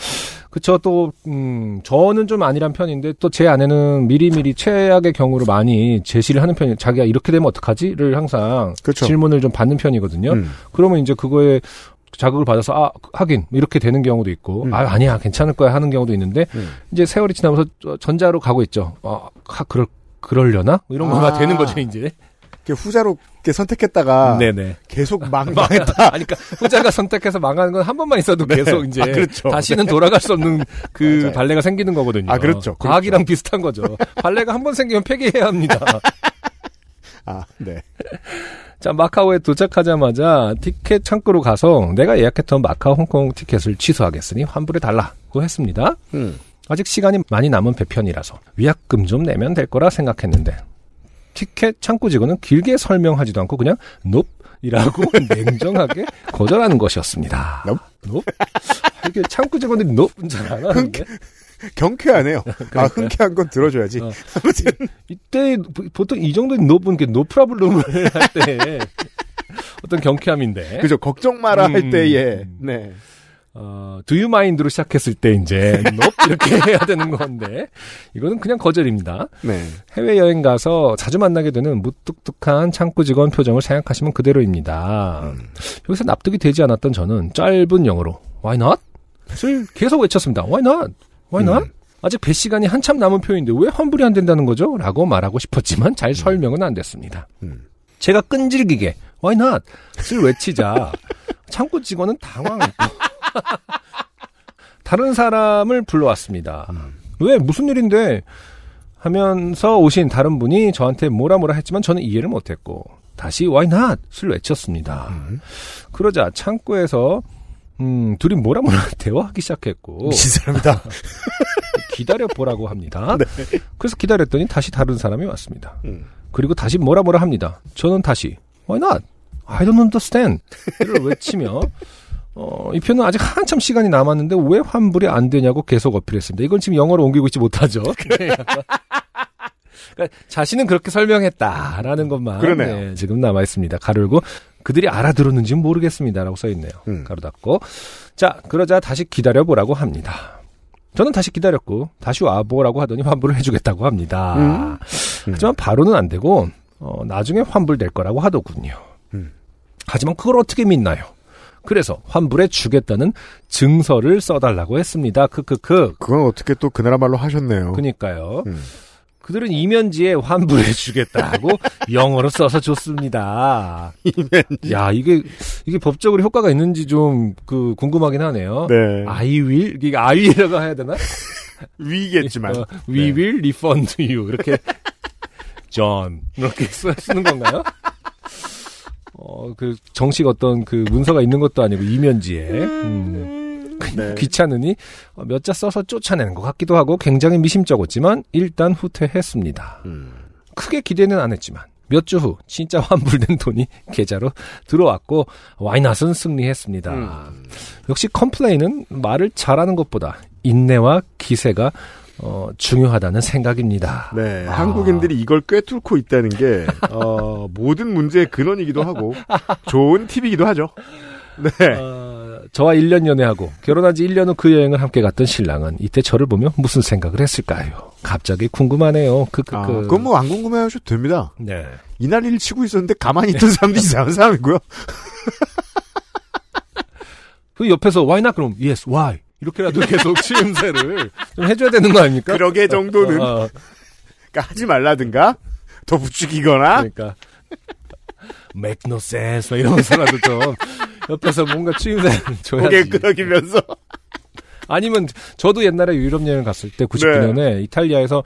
Speaker 2: 그쵸, 또, 음, 저는 좀 아니란 편인데, 또 제 아내는 미리미리 최악의 경우를 많이 제시를 하는 편이에요. 자기가 이렇게 되면 어떡하지?를 항상
Speaker 1: 그쵸.
Speaker 2: 질문을 좀 받는 편이거든요.
Speaker 1: 그렇죠. 음.
Speaker 2: 그러면 이제 그거에 자극을 받아서 아 하긴 이렇게 되는 경우도 있고
Speaker 1: 음.
Speaker 2: 아 아니야 괜찮을 거야 하는 경우도 있는데
Speaker 1: 음.
Speaker 2: 이제 세월이 지나면서 저- 전자로 가고 있죠. 아 하, 그럴 그럴려나 뭐 이런
Speaker 1: 아.
Speaker 2: 거가 되는 거죠 이제.
Speaker 1: 이렇게 후자로 이렇게 선택했다가
Speaker 2: 네네.
Speaker 1: 계속 망- 망했다.
Speaker 2: 아니, 그러니까 후자가 선택해서 망하는 건 한 번만 있어도 계속 이제
Speaker 1: 아, 그렇죠.
Speaker 2: 다시는 돌아갈 수 없는 그
Speaker 1: 맞아요.
Speaker 2: 발레가 생기는 거거든요.
Speaker 1: 아, 그렇죠.
Speaker 2: 과학이랑 비슷한 거죠. 발레가 한 번 생기면 폐기해야 합니다.
Speaker 1: 아, 네.
Speaker 2: 자, 마카오에 도착하자마자 티켓 창구로 가서 내가 예약했던 마카오 홍콩 티켓을 취소하겠으니 환불해 달라고 했습니다.
Speaker 1: 음.
Speaker 2: 아직 시간이 많이 남은 배편이라서 위약금 좀 내면 될 거라 생각했는데 티켓 창구 직원은 길게 설명하지도 않고 그냥 높이라고 냉정하게 거절하는 것이었습니다.
Speaker 1: Nope.
Speaker 2: Nope? 이게 창구 직원들이 높은 잘
Speaker 1: 그러니까.
Speaker 2: 알아는데
Speaker 1: 경쾌하네요. 아, 흔쾌한 건 들어줘야지.
Speaker 2: 어.
Speaker 1: 아무튼,
Speaker 2: 이때 보- 보통 이 정도의 높은 게 노프라블룸을 할 때 네. 어떤 경쾌함인데
Speaker 1: 그죠. 걱정 마라 할
Speaker 2: 음.
Speaker 1: 때에. 네.
Speaker 2: 어, do you mind로 시작했을 때 이제 nope 이렇게 해야 되는 건데 이거는 그냥 거절입니다.
Speaker 1: 네.
Speaker 2: 해외여행 가서 자주 만나게 되는 무뚝뚝한 창구 직원 표정을 생각하시면 그대로입니다. 여기서 납득이 되지 않았던 저는 짧은 영어로 why not? 을 계속 외쳤습니다. why not? why not? 아직 배 시간이 한참 남은 표현인데 왜 환불이 안 된다는 거죠? 라고 말하고 싶었지만 잘 설명은 안 됐습니다.
Speaker 1: 음.
Speaker 2: 제가 끈질기게 why not? 을 외치자 창구 직원은 당황. 다른 사람을 불러왔습니다. 왜 무슨 일인데 하면서 오신 다른 분이 저한테 뭐라 뭐라 했지만 저는 이해를 못했고 다시 why not을 외쳤습니다.
Speaker 1: 음.
Speaker 2: 그러자 창고에서 음, 둘이 뭐라 뭐라 대화하기 시작했고
Speaker 1: 미친 사람이다. 네.
Speaker 2: 기다려 보라고 합니다. 그래서 기다렸더니 다시 다른 사람이 왔습니다.
Speaker 1: 음.
Speaker 2: 그리고 다시 뭐라 뭐라 합니다. 저는 다시 why not? I don't understand. 를 외치며 어, 이 표는 아직 한참 시간이 남았는데 왜 환불이 안 되냐고 계속 어필했습니다. 이건 지금 영어로 옮기고 있지 못하죠. 그러니까 자신은 그렇게 설명했다라는 것만
Speaker 1: 그러네요.
Speaker 2: 네, 지금 남아 있습니다. 가르고 그들이 알아들었는지는 모르겠습니다라고 써 있네요.
Speaker 1: 음.
Speaker 2: 가로 닫고 자 그러자 다시 기다려 보라고 합니다. 저는 다시 기다렸고 다시 와보라고 하더니 환불을 해주겠다고 합니다.
Speaker 1: 음.
Speaker 2: 하지만 바로는 안 되고 어, 나중에 환불될 거라고 하더군요.
Speaker 1: 음.
Speaker 2: 하지만 그걸 어떻게 믿나요? 그래서 환불해 주겠다는 증서를 써달라고 했습니다. 크크크.
Speaker 1: 그건 어떻게 또 그 나라 말로 하셨네요.
Speaker 2: 그니까요.
Speaker 1: 음.
Speaker 2: 그들은 이면지에 환불해 주겠다고 영어로 써서 줬습니다. 야 이게 이게 법적으로 효과가 있는지 좀 그 궁금하긴 하네요.
Speaker 1: 네.
Speaker 2: I will 이게 I will이라고 해야 되나?
Speaker 1: 위겠지만.
Speaker 2: 어, we
Speaker 1: 네.
Speaker 2: will refund you. 이렇게. John. 이렇게 써- 쓰는 건가요? 어, 그, 정식 어떤 그 문서가 있는 것도 아니고, 이면지에. 음.
Speaker 1: 네.
Speaker 2: 귀찮으니 어, 몇 자 써서 쫓아내는 것 같기도 하고 굉장히 미심쩍었지만 일단 후퇴했습니다.
Speaker 1: 음.
Speaker 2: 크게 기대는 안 했지만 몇 주 후 진짜 환불된 돈이 계좌로 들어왔고 와이낫은 승리했습니다.
Speaker 1: 음.
Speaker 2: 역시 컴플레인은 말을 잘하는 것보다 인내와 기세가 어, 중요하다는 생각입니다.
Speaker 1: 네.
Speaker 2: 아.
Speaker 1: 한국인들이 이걸 꿰뚫고 있다는 게, 어, 모든 문제의 근원이기도 하고, 좋은 팁이기도 하죠. 네.
Speaker 2: 어, 저와 1년 연애하고 결혼한 지 1년 후 그 여행을 함께 갔던 신랑은 이때 저를 보며 무슨 생각을 했을까요? 갑자기 궁금하네요. 그, 그,
Speaker 1: 아,
Speaker 2: 그.
Speaker 1: 그건 뭐 안 궁금해 하셔도 됩니다.
Speaker 2: 네.
Speaker 1: 이날일 치고 있었는데 가만히 있던 사람도 이상한 사람이고요.
Speaker 2: 그 옆에서 why not 그럼 yes why 이렇게라도 계속 취임새를 좀 해줘야 되는 거 아닙니까?
Speaker 1: 그러게 정도는.
Speaker 2: 어, 어,
Speaker 1: 그러니까 하지 말라든가, 더 부추기거나,
Speaker 2: 그러니까 make no sense 막 이러면서라도 좀 옆에서 뭔가 취임새를
Speaker 1: 고개
Speaker 2: 줘야지.
Speaker 1: 끄덕이면서.
Speaker 2: 아니면 저도 옛날에 유럽 여행 갔을 때 99년에
Speaker 1: 네.
Speaker 2: 이탈리아에서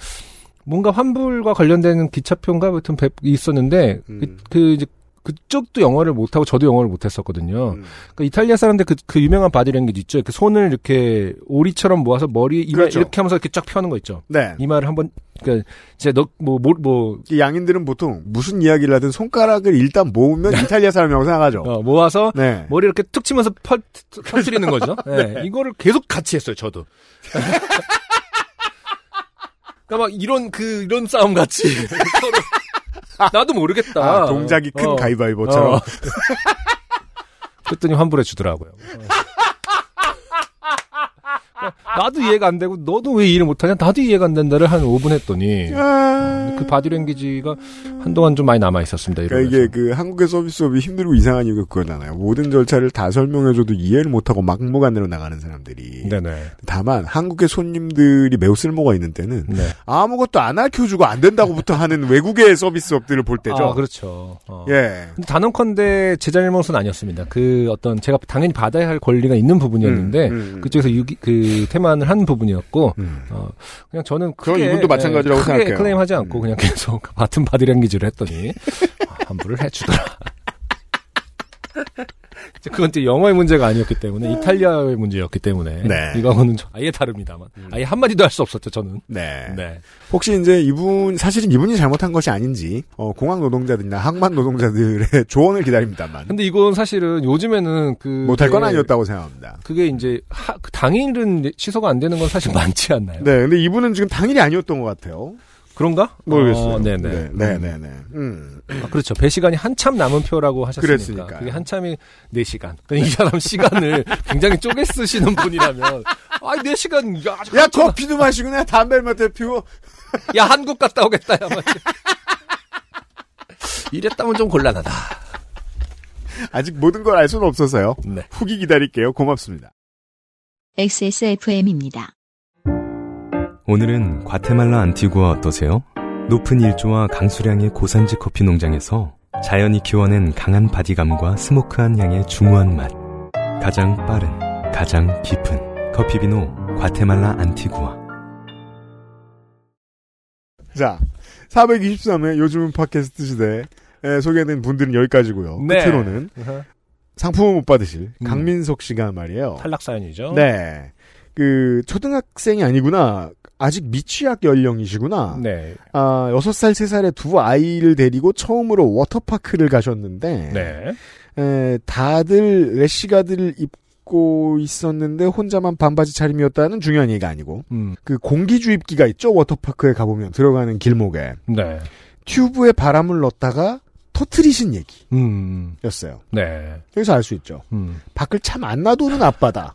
Speaker 2: 뭔가 환불과 관련된 기차표인가 하여튼 배- 있었는데
Speaker 1: 음.
Speaker 2: 그, 그 이제 그쪽도 영어를 못하고 저도 영어를 못했었거든요.
Speaker 1: 음.
Speaker 2: 그러니까 이탈리아 사람들 그, 그 유명한 바디랭귀지 있죠. 이렇게 손을 이렇게 오리처럼 모아서 머리에 이마
Speaker 1: 그렇죠.
Speaker 2: 이렇게 하면서 이렇게 쫙 펴는 거 있죠.
Speaker 1: 네.
Speaker 2: 이마를 한번 그러니까 진짜 너뭐뭐 뭐,
Speaker 1: 이 양인들은 보통 무슨 이야기를 하든 손가락을 일단 모으면 이탈리아 사람이라고 생각하죠.
Speaker 2: 네. 어, 모아서
Speaker 1: 네.
Speaker 2: 머리 이렇게 툭 치면서 펄, 펄트리는 거죠. 네. 이거를 계속 같이 했어요, 저도. 그러니까 막 이런 그 이런 싸움 같이 서로 나도 모르겠다.
Speaker 1: 아, 동작이 큰
Speaker 2: 어.
Speaker 1: 가위바위보처럼.
Speaker 2: 어. 그랬더니 환불해 주더라고요. 어. 나도 이해가 안 되고 너도 왜 이해를 못하냐? 나도 이해가 안 된다를 한 5분 했더니
Speaker 1: 아,
Speaker 2: 그 바디랭귀지가 한동안 좀 많이 남아 있었습니다.
Speaker 1: 그러니까 이게 그 한국의 서비스업이 힘들고 이상한 이유가 그거잖아요. 모든 절차를 다 설명해줘도 이해를 못하고 막무가내로 나가는 사람들이.
Speaker 2: 네네.
Speaker 1: 다만 한국의 손님들이 매우 쓸모가 있는 때는
Speaker 2: 네.
Speaker 1: 아무것도 안 알려주고 안 된다고부터 하는 외국의 서비스업들을 볼 때죠.
Speaker 2: 아, 그렇죠. 어.
Speaker 1: 예.
Speaker 2: 근데 단언컨대 제 잘못은 아니었습니다. 그 어떤 제가 당연히 받아야 할 권리가 있는 부분이었는데
Speaker 1: 음, 음, 음.
Speaker 2: 그쪽에서 유기, 그 태만을 한 부분이었고
Speaker 1: 음.
Speaker 2: 어, 그냥 저는
Speaker 7: 그런
Speaker 2: 크게, 예,
Speaker 7: 이분도 마찬가지라고
Speaker 2: 크게
Speaker 7: 생각해요. 음.
Speaker 2: 클레임하지 않고 그냥 계속 같은 바디랭귀지를 했더니 아, 환불을 해주더라. 이제 그건 이제 영어의 문제가 아니었기 때문에 이탈리아의 문제였기 때문에
Speaker 1: 네.
Speaker 2: 이거는 좀 아예 다릅니다만
Speaker 7: 음.
Speaker 2: 아예 한 마디도 할 수 없었죠 저는.
Speaker 1: 네.
Speaker 2: 네.
Speaker 1: 혹시 이제 이분 사실은 이분이 잘못한 것이 아닌지 어, 공항 노동자들이나 항만 노동자들의 조언을 기다립니다만
Speaker 2: 근데 이건 사실은 요즘에는 그
Speaker 1: 못할 건 아니었다고 생각합니다.
Speaker 2: 그게 이제 하, 그 당일은 취소가 안 되는 건 사실 많지 않나요?
Speaker 1: 네, 근데 이분은 지금 당일이 아니었던 것 같아요.
Speaker 2: 그런가?
Speaker 1: 모르겠어요.
Speaker 2: 어, 네네.
Speaker 1: 네, 네, 네. 음.
Speaker 2: 아, 그렇죠. 배 시간이 한참 남은 표라고 하셨으니까.
Speaker 1: 그랬으니까요.
Speaker 2: 그게 한참이 4시간. 그러니까 이 사람 시간을 굉장히 쪼개 쓰시는 분이라면, 아, 4시간, 야,
Speaker 1: 야, 커피도 마시고 나 담배 몇대 피고
Speaker 2: 야, 한국 갔다 오겠다, 야, 막. 이랬다면 좀 곤란하다.
Speaker 1: 아직 모든 걸 알 수는 없어서요.
Speaker 2: 네.
Speaker 1: 후기 기다릴게요. 고맙습니다.
Speaker 3: XSFM입니다.
Speaker 8: 오늘은 과테말라 안티구아 어떠세요? 높은 일조와 강수량의 고산지 커피 농장에서 자연이 키워낸 강한 바디감과 스모크한 향의 중후한 맛. 가장 빠른, 가장 깊은 커피 비노 과테말라 안티구아.
Speaker 1: 자, 423회 요즘은 팟캐스트 시대에 소개된 분들은
Speaker 2: 네.
Speaker 1: 여기까지고요.
Speaker 2: 음.
Speaker 1: 끝으로는 상품을 못 받으실 강민석 씨가 말이에요.
Speaker 2: 탈락 사연이죠.
Speaker 1: 네. 그 초등학생이 아니구나. 아직 미취학 연령이시구나.
Speaker 2: 네.
Speaker 1: 아, 6살, 3살의 두 아이를 데리고 처음으로 워터파크를 가셨는데
Speaker 2: 네.
Speaker 1: 에, 예, 다들 래시가드를 입고 있었는데 혼자만 반바지 차림이었다는 중요한 얘기가 아니고
Speaker 2: 음,
Speaker 1: 그 공기주입기가 있죠. 워터파크에 가보면 들어가는 길목에
Speaker 2: 네.
Speaker 1: 튜브에 바람을 넣다가 터트리신
Speaker 2: 음,
Speaker 1: 얘기였어요.
Speaker 2: 네.
Speaker 1: 여기서 알 수 있죠.
Speaker 2: 음.
Speaker 1: 밖을 참 안 놔두는 아빠다.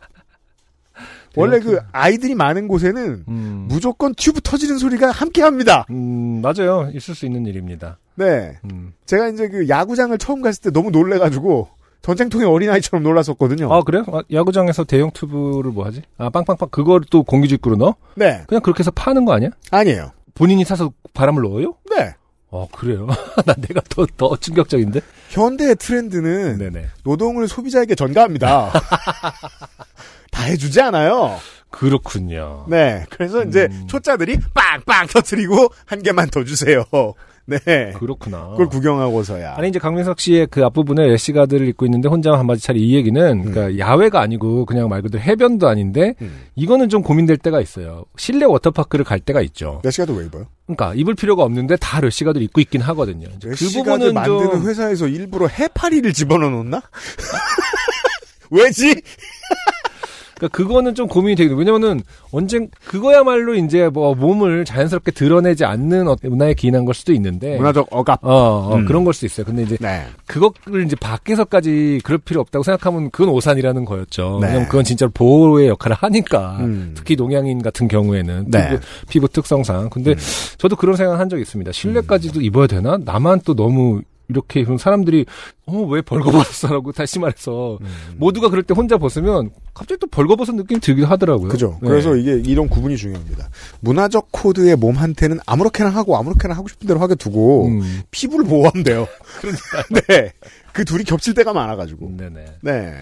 Speaker 1: 원래 그 아이들이 많은 곳에는
Speaker 2: 음.
Speaker 1: 무조건 튜브 터지는 소리가 함께합니다.
Speaker 2: 음, 맞아요. 있을 수 있는 일입니다.
Speaker 1: 네,
Speaker 2: 음.
Speaker 1: 제가 이제 그 야구장을 처음 갔을 때 너무 놀래가지고 전쟁통의 어린아이처럼 놀랐었거든요.
Speaker 2: 아, 그래요? 아, 야구장에서 대형 튜브를 뭐 하지? 아, 빵빵빵. 그걸 또 공기주입구로 넣어?
Speaker 1: 네,
Speaker 2: 그냥 그렇게 해서 파는 거 아니야?
Speaker 1: 아니에요.
Speaker 2: 본인이 사서 바람을 넣어요?
Speaker 1: 네,
Speaker 2: 아, 그래요? 나 내가 더, 더 충격적인데?
Speaker 1: 현대의 트렌드는
Speaker 2: 네네.
Speaker 1: 노동을 소비자에게 전가합니다. 다 해주지 않아요.
Speaker 2: 그렇군요.
Speaker 1: 네, 그래서 이제
Speaker 2: 음.
Speaker 1: 초짜들이 빵빵 터트리고 한 개만 더 주세요. 네,
Speaker 2: 그렇구나.
Speaker 1: 그걸 구경하고서야.
Speaker 2: 아니, 이제 강민석 씨의 그 앞부분에 래시가드를 입고 있는데 혼자 한마디 차리 이 얘기는, 그러니까 야외가 아니고 그냥 말 그대로 해변도 아닌데,
Speaker 1: 음.
Speaker 2: 이거는 좀 고민될 때가 있어요. 실내 워터파크를 갈 때가 있죠.
Speaker 1: 몇 시간 도왜 입어요?
Speaker 2: 그러니까 입을 필요가 없는데 다 래시가드를 입고 있긴 하거든요. 이제
Speaker 1: 그 부분은 만드는 회사에서 일부러 해파리를 집어넣어 놓나? 왜지?
Speaker 2: 그러니까 그거는 좀 고민이 되거든요. 왜냐면은 언젠 그거야말로 이제 뭐 몸을 자연스럽게 드러내지 않는 어떤 문화에 기인한 걸 수도 있는데
Speaker 1: 문화적 억압.
Speaker 2: 어, 어,
Speaker 1: 음.
Speaker 2: 그런 걸 수도 있어요. 근데 이제
Speaker 1: 네.
Speaker 2: 그거를 이제 밖에서까지 그럴 필요 없다고 생각하면 그건 오산이라는 거였죠.
Speaker 1: 네.
Speaker 2: 왜냐면 그건 진짜로 보호의 역할을 하니까.
Speaker 1: 음.
Speaker 2: 특히 농양인 같은 경우에는
Speaker 1: 네. 음.
Speaker 2: 피부, 피부 특성상. 근데 저도 그런 생각을 한 적이 있습니다. 실내까지도 입어야 되나? 나만 또 너무 이렇게 입으면 사람들이 어 왜 벌거벗었어라고 다시 말해서
Speaker 1: 음.
Speaker 2: 모두가 그럴 때 혼자 벗으면 갑자기 또 벌거벗은 느낌이 들기도 하더라고요.
Speaker 1: 그죠.
Speaker 2: 네.
Speaker 1: 그래서 이게 이런 구분이 중요합니다. 문화적 코드의 몸한테는 아무렇게나 하고 아무렇게나 하고 싶은 대로 하게 두고
Speaker 2: 음.
Speaker 1: 피부를 보호하면 돼요. 네. 그 둘이 겹칠 때가 많아가지고.
Speaker 2: 네네.
Speaker 1: 네.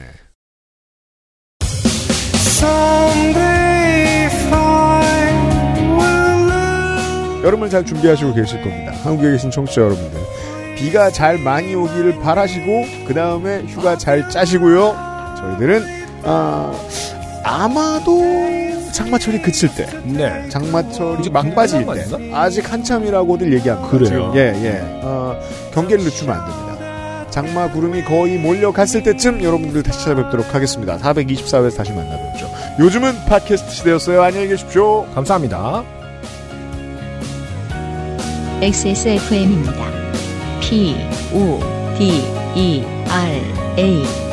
Speaker 1: 여름을 잘 준비하시고 계실 겁니다. 한국에 계신 청취자 여러분들. 비가 잘 많이 오기를 바라시고, 그 다음에 휴가 잘 짜시고요. 저희들은, 아, 아마도 장마철이 그칠 때,
Speaker 2: 네.
Speaker 1: 장마철이
Speaker 2: 이제
Speaker 1: 막바지일
Speaker 2: 끝난
Speaker 1: 때,
Speaker 2: 거
Speaker 1: 아직 한참이라고들 얘기합니다.
Speaker 2: 그래요?
Speaker 1: 지금, 예, 예. 어, 경계를 늦추면 안 됩니다. 장마 구름이 거의 몰려갔을 때쯤 여러분들 다시 찾아뵙도록 하겠습니다. 424회에서 다시 만나뵙죠. 요즘은 팟캐스트 시대였어요. 안녕히 계십시오.
Speaker 2: 감사합니다.
Speaker 3: XSFM입니다. P, O, D, E, R, A.